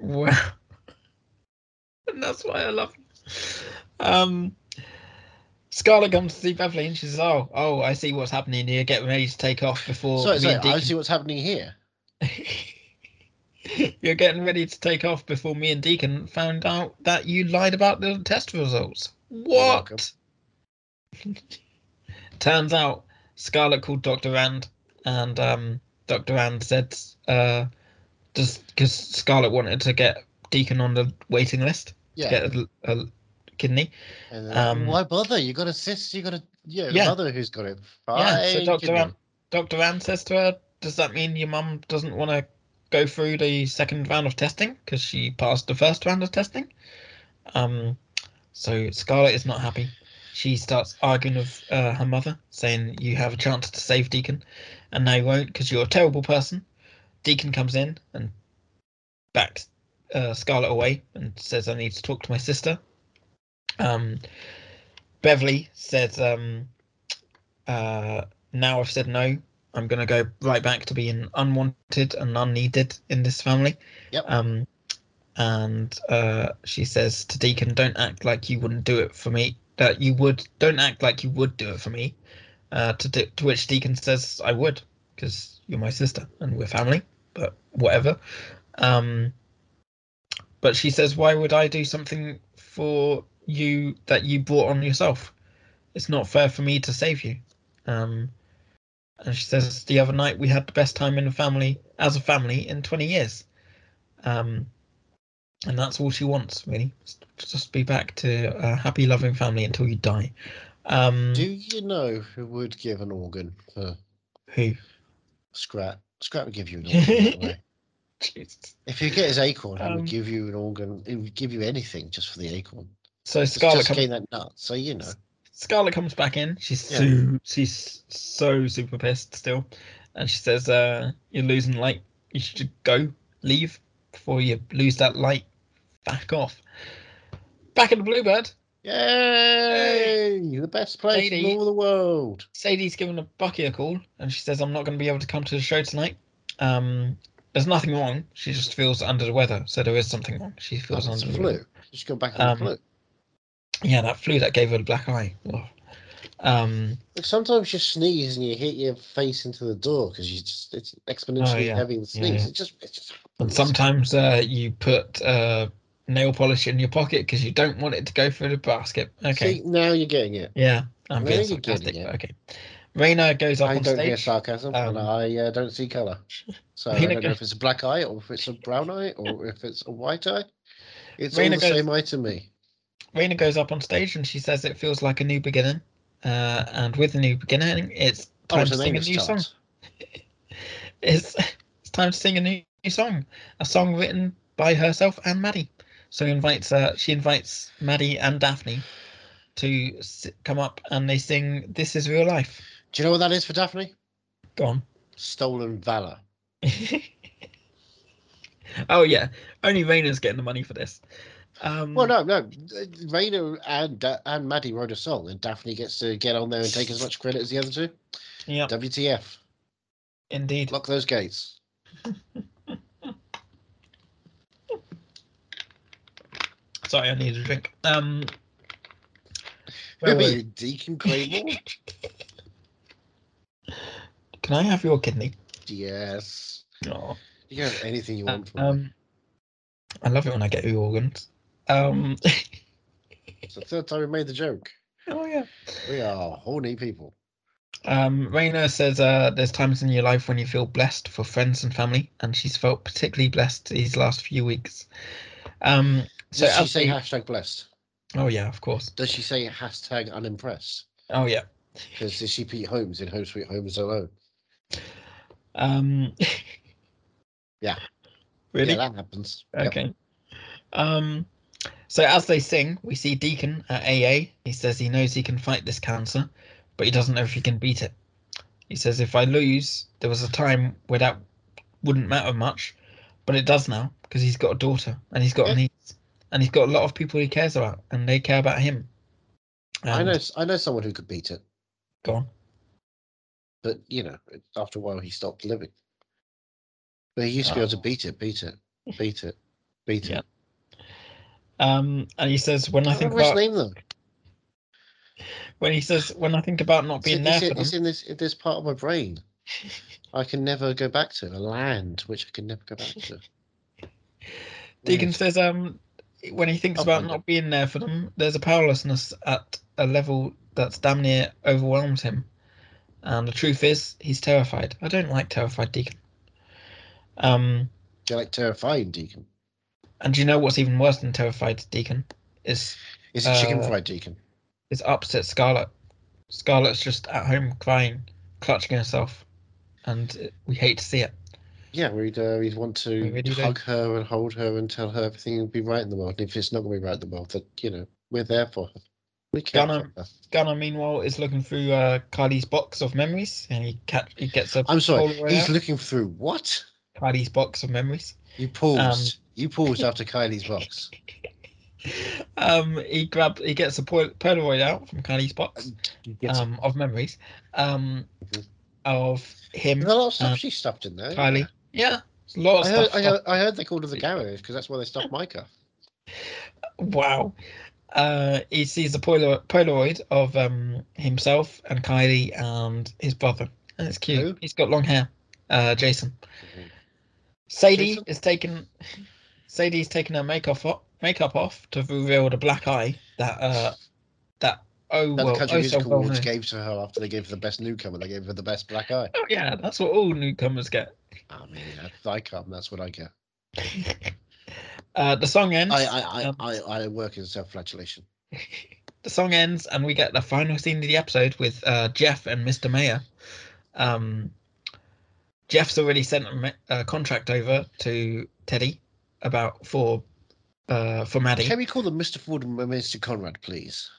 Speaker 1: Wow. And that's why I love you. Um Scarlett comes to see Beverly and she says, Oh, oh, I see what's happening here, get ready to take off before
Speaker 2: So,
Speaker 1: me
Speaker 2: so
Speaker 1: and
Speaker 2: I
Speaker 1: Deacon
Speaker 2: see what's happening here.
Speaker 1: You're getting ready to take off before me and Deacon found out that you lied about the test results.
Speaker 2: welcome.
Speaker 1: What? Turns out Scarlett called Dr. Rand, and um, Dr. Rand said, uh, just because Scarlett wanted to get Deacon on the waiting list,
Speaker 2: Yeah,
Speaker 1: get a, a kidney.
Speaker 2: and then, like,
Speaker 1: um,
Speaker 2: why bother? You got a sis, you got a yeah,
Speaker 1: Yeah.
Speaker 2: mother who's got it.
Speaker 1: Yeah, so
Speaker 2: Fine,
Speaker 1: Dr.
Speaker 2: kidney.
Speaker 1: Rand, Dr. Rand says to her, Does that mean your mum doesn't want to go through the second round of testing? Because she passed the first round of testing. Um, so Scarlett is not happy. She starts arguing with uh, her mother, saying, You have a chance to save Deacon, and now you won't because you're a terrible person. Deacon comes in and backs uh, Scarlett away and says, I need to talk to my sister. Um, Beverly says, um, uh, Now I've said no, I'm going to go right back to being unwanted and unneeded in this family.
Speaker 2: Yep.
Speaker 1: Um, and uh, she says to Deacon, "Don't act like you wouldn't do it for me. That you would. Don't act like you would do it for me." Uh, to de- to which Deacon says, "I would, because you're my sister and we're family. But whatever." Um, but she says, "Why would I do something for you that you brought on yourself? It's not fair for me to save you." Um, and she says, "The other night we had the best time in the family as a family in 20 years." Um, and that's all she wants really s- just be back to a happy loving family until you die um
Speaker 2: Do you know who would give an organ for
Speaker 1: who
Speaker 2: scrap? Scrap would give you an organ. by the way. If you get his acorn, he
Speaker 1: Um,
Speaker 2: would give you an organ. He would give you anything just for the acorn.
Speaker 1: so
Speaker 2: It's
Speaker 1: scarlet
Speaker 2: just
Speaker 1: comes,
Speaker 2: getting that nut. So you know,
Speaker 1: scarlet comes back in she's
Speaker 2: Yeah.
Speaker 1: so she's so super pissed still and she says uh you're losing light you should go leave before you lose that light back off back at the bluebird
Speaker 2: yay! The best place in
Speaker 1: Lady.
Speaker 2: all the world.
Speaker 1: Sadie's given a Bucky a call, and she says, "I'm not going to be able to come to the show tonight." Um, there's nothing wrong. She just feels under the weather, so there is something wrong. She feels
Speaker 2: That's
Speaker 1: under the
Speaker 2: flu.
Speaker 1: weather.
Speaker 2: Just go back on
Speaker 1: Um,
Speaker 2: the flu.
Speaker 1: Yeah, that flu that gave her the black eye. Ugh. Um,
Speaker 2: Sometimes you sneeze and you hit your face into the door because you just it's exponentially
Speaker 1: Oh, yeah.
Speaker 2: heavy with
Speaker 1: Yeah,
Speaker 2: sneeze.
Speaker 1: yeah.
Speaker 2: It just it just
Speaker 1: and sometimes uh, you put uh, nail polish in your pocket because you don't want it to go through the basket. Okay.
Speaker 2: See, now you're getting it.
Speaker 1: yeah, I'm
Speaker 2: There
Speaker 1: being
Speaker 2: you go,
Speaker 1: sarcastic,
Speaker 2: yeah.
Speaker 1: but okay. Reina goes up
Speaker 2: I
Speaker 1: on
Speaker 2: don't hear
Speaker 1: stage.
Speaker 2: sarcasm
Speaker 1: Um,
Speaker 2: and I uh, don't see color. So I
Speaker 1: Rena
Speaker 2: don't know
Speaker 1: goes-
Speaker 2: if it's a black eye or if it's a brown eye or if it's a white eye. It's
Speaker 1: Rena
Speaker 2: all the
Speaker 1: goes-
Speaker 2: same eye to me.
Speaker 1: Reina goes up on stage and she says it feels like a new beginning. Uh, and with a new beginning, it's
Speaker 2: Oh,
Speaker 1: time
Speaker 2: it's
Speaker 1: to
Speaker 2: an
Speaker 1: sing a
Speaker 2: English
Speaker 1: new song.
Speaker 2: chart.
Speaker 1: It's, it's time to sing a new, new song, a song written by herself and Maddie. So he invites uh, she invites Maddie and Daphne to s come up and they sing "This Is Real Life."
Speaker 2: Do you know what that is for Daphne?
Speaker 1: Go on.
Speaker 2: Stolen valor.
Speaker 1: oh yeah, only Raina's getting the money for this. Um,
Speaker 2: Well, no, no. Raina and da- and Maddie wrote a song, and Daphne gets to get on there and take as much credit as the other two.
Speaker 1: Yeah,
Speaker 2: WTF?
Speaker 1: indeed.
Speaker 2: Lock those gates.
Speaker 1: Sorry, I need a drink. Um, where
Speaker 2: Who
Speaker 1: were
Speaker 2: are
Speaker 1: we?
Speaker 2: you, Deacon Crable?
Speaker 1: Can I have your kidney?
Speaker 2: yes.
Speaker 1: Oh.
Speaker 2: You can have anything you want from me.
Speaker 1: Um, I love it when I get your organs. Um,
Speaker 2: It's the third time we made the joke.
Speaker 1: oh yeah.
Speaker 2: We are horny people.
Speaker 1: Um, Raina says uh, there's times in your life when you feel blessed for friends and family, and she's felt particularly blessed these last few weeks. Um, so
Speaker 2: Does she
Speaker 1: as
Speaker 2: say
Speaker 1: they-
Speaker 2: hashtag blessed?
Speaker 1: oh yeah, of course.
Speaker 2: Does she say hashtag unimpressed?
Speaker 1: Oh yeah.
Speaker 2: Because is she Pete Holmes in Home Sweet Homes Alone?
Speaker 1: Um,
Speaker 2: Yeah.
Speaker 1: Really?
Speaker 2: Yeah, that happens. Yep.
Speaker 1: Okay. Um, so as they sing, we see Deacon at AA. He says he knows he can fight this cancer, but he doesn't know if he can beat it. He says, "If I lose, there was a time where that wouldn't matter much, but it does now because he's got a daughter and he's got
Speaker 2: Yeah.
Speaker 1: needs, and he's got a lot of people he cares about, and they care about him."
Speaker 2: I
Speaker 1: And-
Speaker 2: know. I know someone who could beat it,
Speaker 1: Go on.
Speaker 2: but you know, after a while he stopped living. But he used to be able to beat it, beat it, beat it, beat
Speaker 1: Yeah.
Speaker 2: it.
Speaker 1: Um, and he says, "When I
Speaker 2: I
Speaker 1: think
Speaker 2: remember his
Speaker 1: about
Speaker 2: name though.
Speaker 1: when he says when I think about not
Speaker 2: It's,
Speaker 1: being
Speaker 2: in-
Speaker 1: there
Speaker 2: it's in-
Speaker 1: for them,
Speaker 2: it's in this in this part of my brain. I can never go back to a land which I can never go back to.
Speaker 1: Deacon
Speaker 2: Yes.
Speaker 1: says, um, when he thinks
Speaker 2: I'll
Speaker 1: about
Speaker 2: find
Speaker 1: not being there for them, there's a powerlessness at a level that's damn near overwhelms him. And the truth is, he's terrified. I don't like terrified Deacon. Um,
Speaker 2: You're like terrifying deacon.
Speaker 1: and do you know what's even worse than terrified Deacon? Is
Speaker 2: Is it chicken
Speaker 1: Uh,
Speaker 2: fried deacon?
Speaker 1: is upset Scarlet. Scarlet's just at home crying, clutching herself, and we hate to see it.
Speaker 2: Yeah, we'd uh, we'd want
Speaker 1: We
Speaker 2: to
Speaker 1: really do.
Speaker 2: hug her and hold her and tell her everything will be right in the world. And if it's not going to be right in the world, that you know we're there for her. We care
Speaker 1: Gunnar-
Speaker 2: for her.
Speaker 1: Gunnar, meanwhile, is looking through uh, Kylie's box of memories, and he catch he gets a
Speaker 2: I'm sorry.
Speaker 1: Polaroid
Speaker 2: He's
Speaker 1: out.
Speaker 2: looking through what?
Speaker 1: Kylie's box of memories.
Speaker 2: You paused. you paused after Kylie's box.
Speaker 1: um, he grab he gets a pol- Polaroid out from Kylie's box
Speaker 2: You get
Speaker 1: um, of memories um,
Speaker 2: Mhm.
Speaker 1: of him,
Speaker 2: There's a lot of stuff
Speaker 1: um,
Speaker 2: she stuffed in there.
Speaker 1: Kylie. Yeah, it's a lot of
Speaker 2: I heard,
Speaker 1: stuff. Uh,
Speaker 2: I heard, I heard they called her the garage because that's why they stuffed Micah.
Speaker 1: Wow. Uh, he sees the Polaroid, Polaroid of um, himself and Kylie and his brother, and it's cute.
Speaker 2: Who? Mm-hmm.
Speaker 1: He's got long hair. Uh, Jason. Sadie
Speaker 2: Jason?
Speaker 1: is taken. Sadie's taken her makeup off, makeup off to reveal the black eye that uh that oh
Speaker 2: That
Speaker 1: well
Speaker 2: the Country
Speaker 1: oh so
Speaker 2: Music
Speaker 1: well
Speaker 2: Awards
Speaker 1: known.
Speaker 2: gave to her after they gave her the best newcomer. They gave her the best black eye.
Speaker 1: Oh yeah, that's what all newcomers get.
Speaker 2: I mean, if I come, that's what I get.
Speaker 1: uh, the song ends.
Speaker 2: I I, I,
Speaker 1: Um,
Speaker 2: I, I work in self-flagellation.
Speaker 1: the song ends, and we get the final scene of the episode with uh, Jeff and Mr. Mayor. Um, Jeff's already sent a, me- a contract over to Teddy about for uh, for Maddie.
Speaker 2: Can we call them Mr. Ford and Mr. Conrad, please?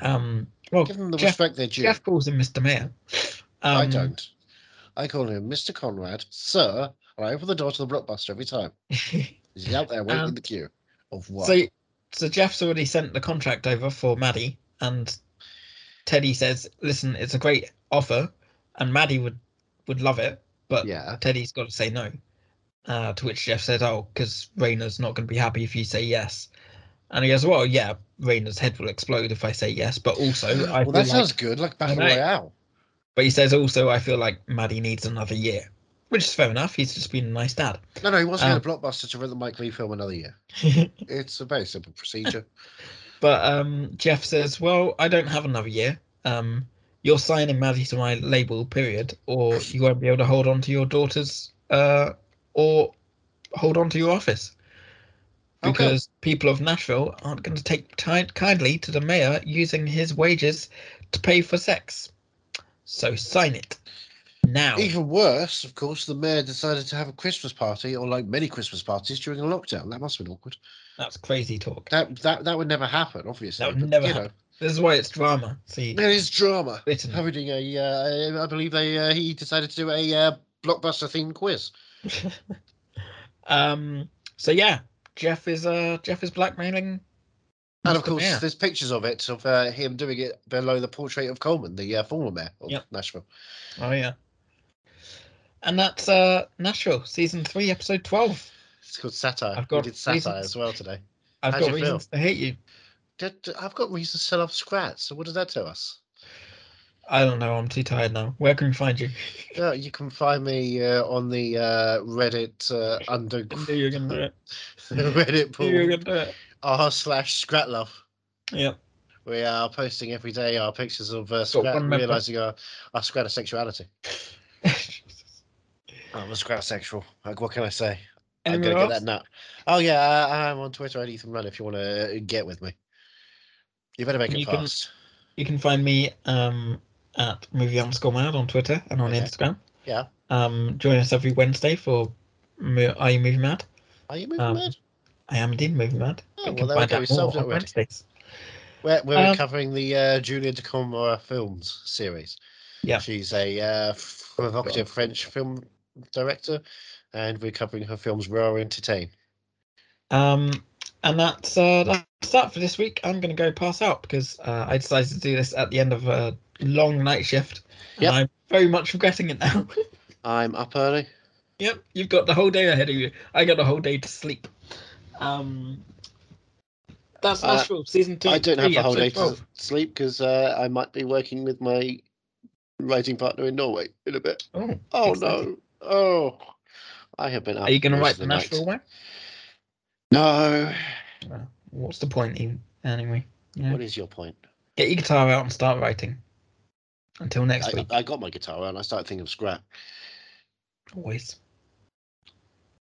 Speaker 1: Um, well,
Speaker 2: Give them the
Speaker 1: Jeff,
Speaker 2: respect they're due.
Speaker 1: Jeff calls him Mr. Mayor. Um,
Speaker 2: I don't. I call him Mr. Conrad, sir, and I open the door to the blockbuster every time. He's out there waiting
Speaker 1: Um,
Speaker 2: in the queue. Of what?
Speaker 1: So, so Jeff's already sent the contract over for Maddie, and Teddy says, "Listen, it's a great offer, and Maddie would would love it, but
Speaker 2: yeah.
Speaker 1: Teddy's got to say no." Uh, to which Jeff says, "Oh, because Raina's not going to be happy if you say yes." And he goes, well, yeah, Rayner's head will explode if I say yes, but also Oh, I
Speaker 2: well,
Speaker 1: feel
Speaker 2: that
Speaker 1: like-
Speaker 2: sounds good, like Battle
Speaker 1: Right.
Speaker 2: Royale.
Speaker 1: But he says also, I feel like Maddie needs another year, which is fair enough. He's just been a nice dad.
Speaker 2: No, no, he wasn't
Speaker 1: Oh.
Speaker 2: going to blockbuster to run the Mike Lee film another year. It's a very simple procedure.
Speaker 1: but um, Jeff says, well, I don't have another year. Um, you're signing Maddie to my label, period, or you won't be able to hold on to your daughters uh, or hold on to your office.
Speaker 2: Okay.
Speaker 1: Because people of Nashville aren't going to take ti kindly to the mayor using his wages to pay for sex. So sign it now.
Speaker 2: Even worse, of course, the mayor decided to have a Christmas party, or like many Christmas parties, during a lockdown. That must have been awkward.
Speaker 1: That's crazy talk.
Speaker 2: That that that would never happen, obviously.
Speaker 1: That would never
Speaker 2: you know,
Speaker 1: happen. This is why it's drama. See,
Speaker 2: There is drama.
Speaker 1: written.
Speaker 2: Having a, uh, I believe they uh, he decided to do a uh, blockbuster themed quiz.
Speaker 1: Um. So yeah, Jeff is uh Jeff is blackmailing.
Speaker 2: And
Speaker 1: Mr.
Speaker 2: of course,
Speaker 1: Mayor.
Speaker 2: there's pictures of it of uh, him doing it below the portrait of Coleman, the uh, former mayor of
Speaker 1: Yep.
Speaker 2: Nashville.
Speaker 1: Oh yeah. And that's uh Nashville season three episode twelve.
Speaker 2: It's called satire.
Speaker 1: I've got
Speaker 2: we did satire
Speaker 1: reasons.
Speaker 2: as well today.
Speaker 1: I've
Speaker 2: How'd
Speaker 1: got
Speaker 2: you feel?
Speaker 1: reasons to hate you.
Speaker 2: Did- I've got reasons to sell off Scrat. So what does that tell us?
Speaker 1: I don't know. I'm too tired now. Where can we find you?
Speaker 2: Yeah, Uh, you can find me uh, on the uh, Reddit uh, under
Speaker 1: I knew you were gonna do it.
Speaker 2: Reddit
Speaker 1: I knew you were
Speaker 2: pool
Speaker 1: gonna do it.
Speaker 2: r slash Scratlove.
Speaker 1: Yeah.
Speaker 2: We are posting every day our pictures of uh,
Speaker 1: Got one
Speaker 2: Scrat
Speaker 1: member.
Speaker 2: realizing our our Scrat sexuality. Oh, I'm a Scrat sexual. Like what can I say? I'm
Speaker 1: Anywhere
Speaker 2: gonna get
Speaker 1: else?
Speaker 2: that nut. Oh yeah, I, I'm on Twitter at Ethan Run. If you want to get with me, you better make
Speaker 1: You
Speaker 2: it
Speaker 1: can-
Speaker 2: fast.
Speaker 1: You can find me um at movie underscore mad on Twitter and on
Speaker 2: Okay.
Speaker 1: Instagram.
Speaker 2: Yeah.
Speaker 1: Um, join us every Wednesday for Mo- Are You Movie Mad?
Speaker 2: Are you moving
Speaker 1: um,
Speaker 2: mad?
Speaker 1: I am indeed moving mad.
Speaker 2: Oh,
Speaker 1: You
Speaker 2: well,
Speaker 1: can
Speaker 2: there we
Speaker 1: find
Speaker 2: go,
Speaker 1: out
Speaker 2: we
Speaker 1: more
Speaker 2: solved it
Speaker 1: on
Speaker 2: already.
Speaker 1: Wednesdays.
Speaker 2: We're, we're
Speaker 1: um,
Speaker 2: covering the uh, Julia de Camora films series.
Speaker 1: Yeah.
Speaker 2: she's a uh, provocative French film director, and we're covering her films Raw and Entertain.
Speaker 1: Um, and that's uh, that's that for this week. I'm going to go pass out because uh, I decided to do this at the end of a long night shift, and
Speaker 2: Yep.
Speaker 1: I'm very much regretting it now.
Speaker 2: I'm up early.
Speaker 1: yep, you've got the whole day ahead of you. I got the whole day to sleep. Um, that's
Speaker 2: Uh,
Speaker 1: Nashville season two.
Speaker 2: I don't have
Speaker 1: three,
Speaker 2: the whole
Speaker 1: episode
Speaker 2: day to
Speaker 1: 12.
Speaker 2: sleep because uh, I might be working with my writing partner in Norway in a bit.
Speaker 1: Oh,
Speaker 2: Oh
Speaker 1: Exciting.
Speaker 2: no! Oh, I have been. Up
Speaker 1: are you going to
Speaker 2: most
Speaker 1: write
Speaker 2: of
Speaker 1: the
Speaker 2: night.
Speaker 1: Nashville one?
Speaker 2: No.
Speaker 1: What's the point even? Anyway, Yeah.
Speaker 2: What is your point?
Speaker 1: get your guitar out and start writing. Until next
Speaker 2: I,
Speaker 1: week,
Speaker 2: I got my guitar out and I started thinking of scrap.
Speaker 1: always.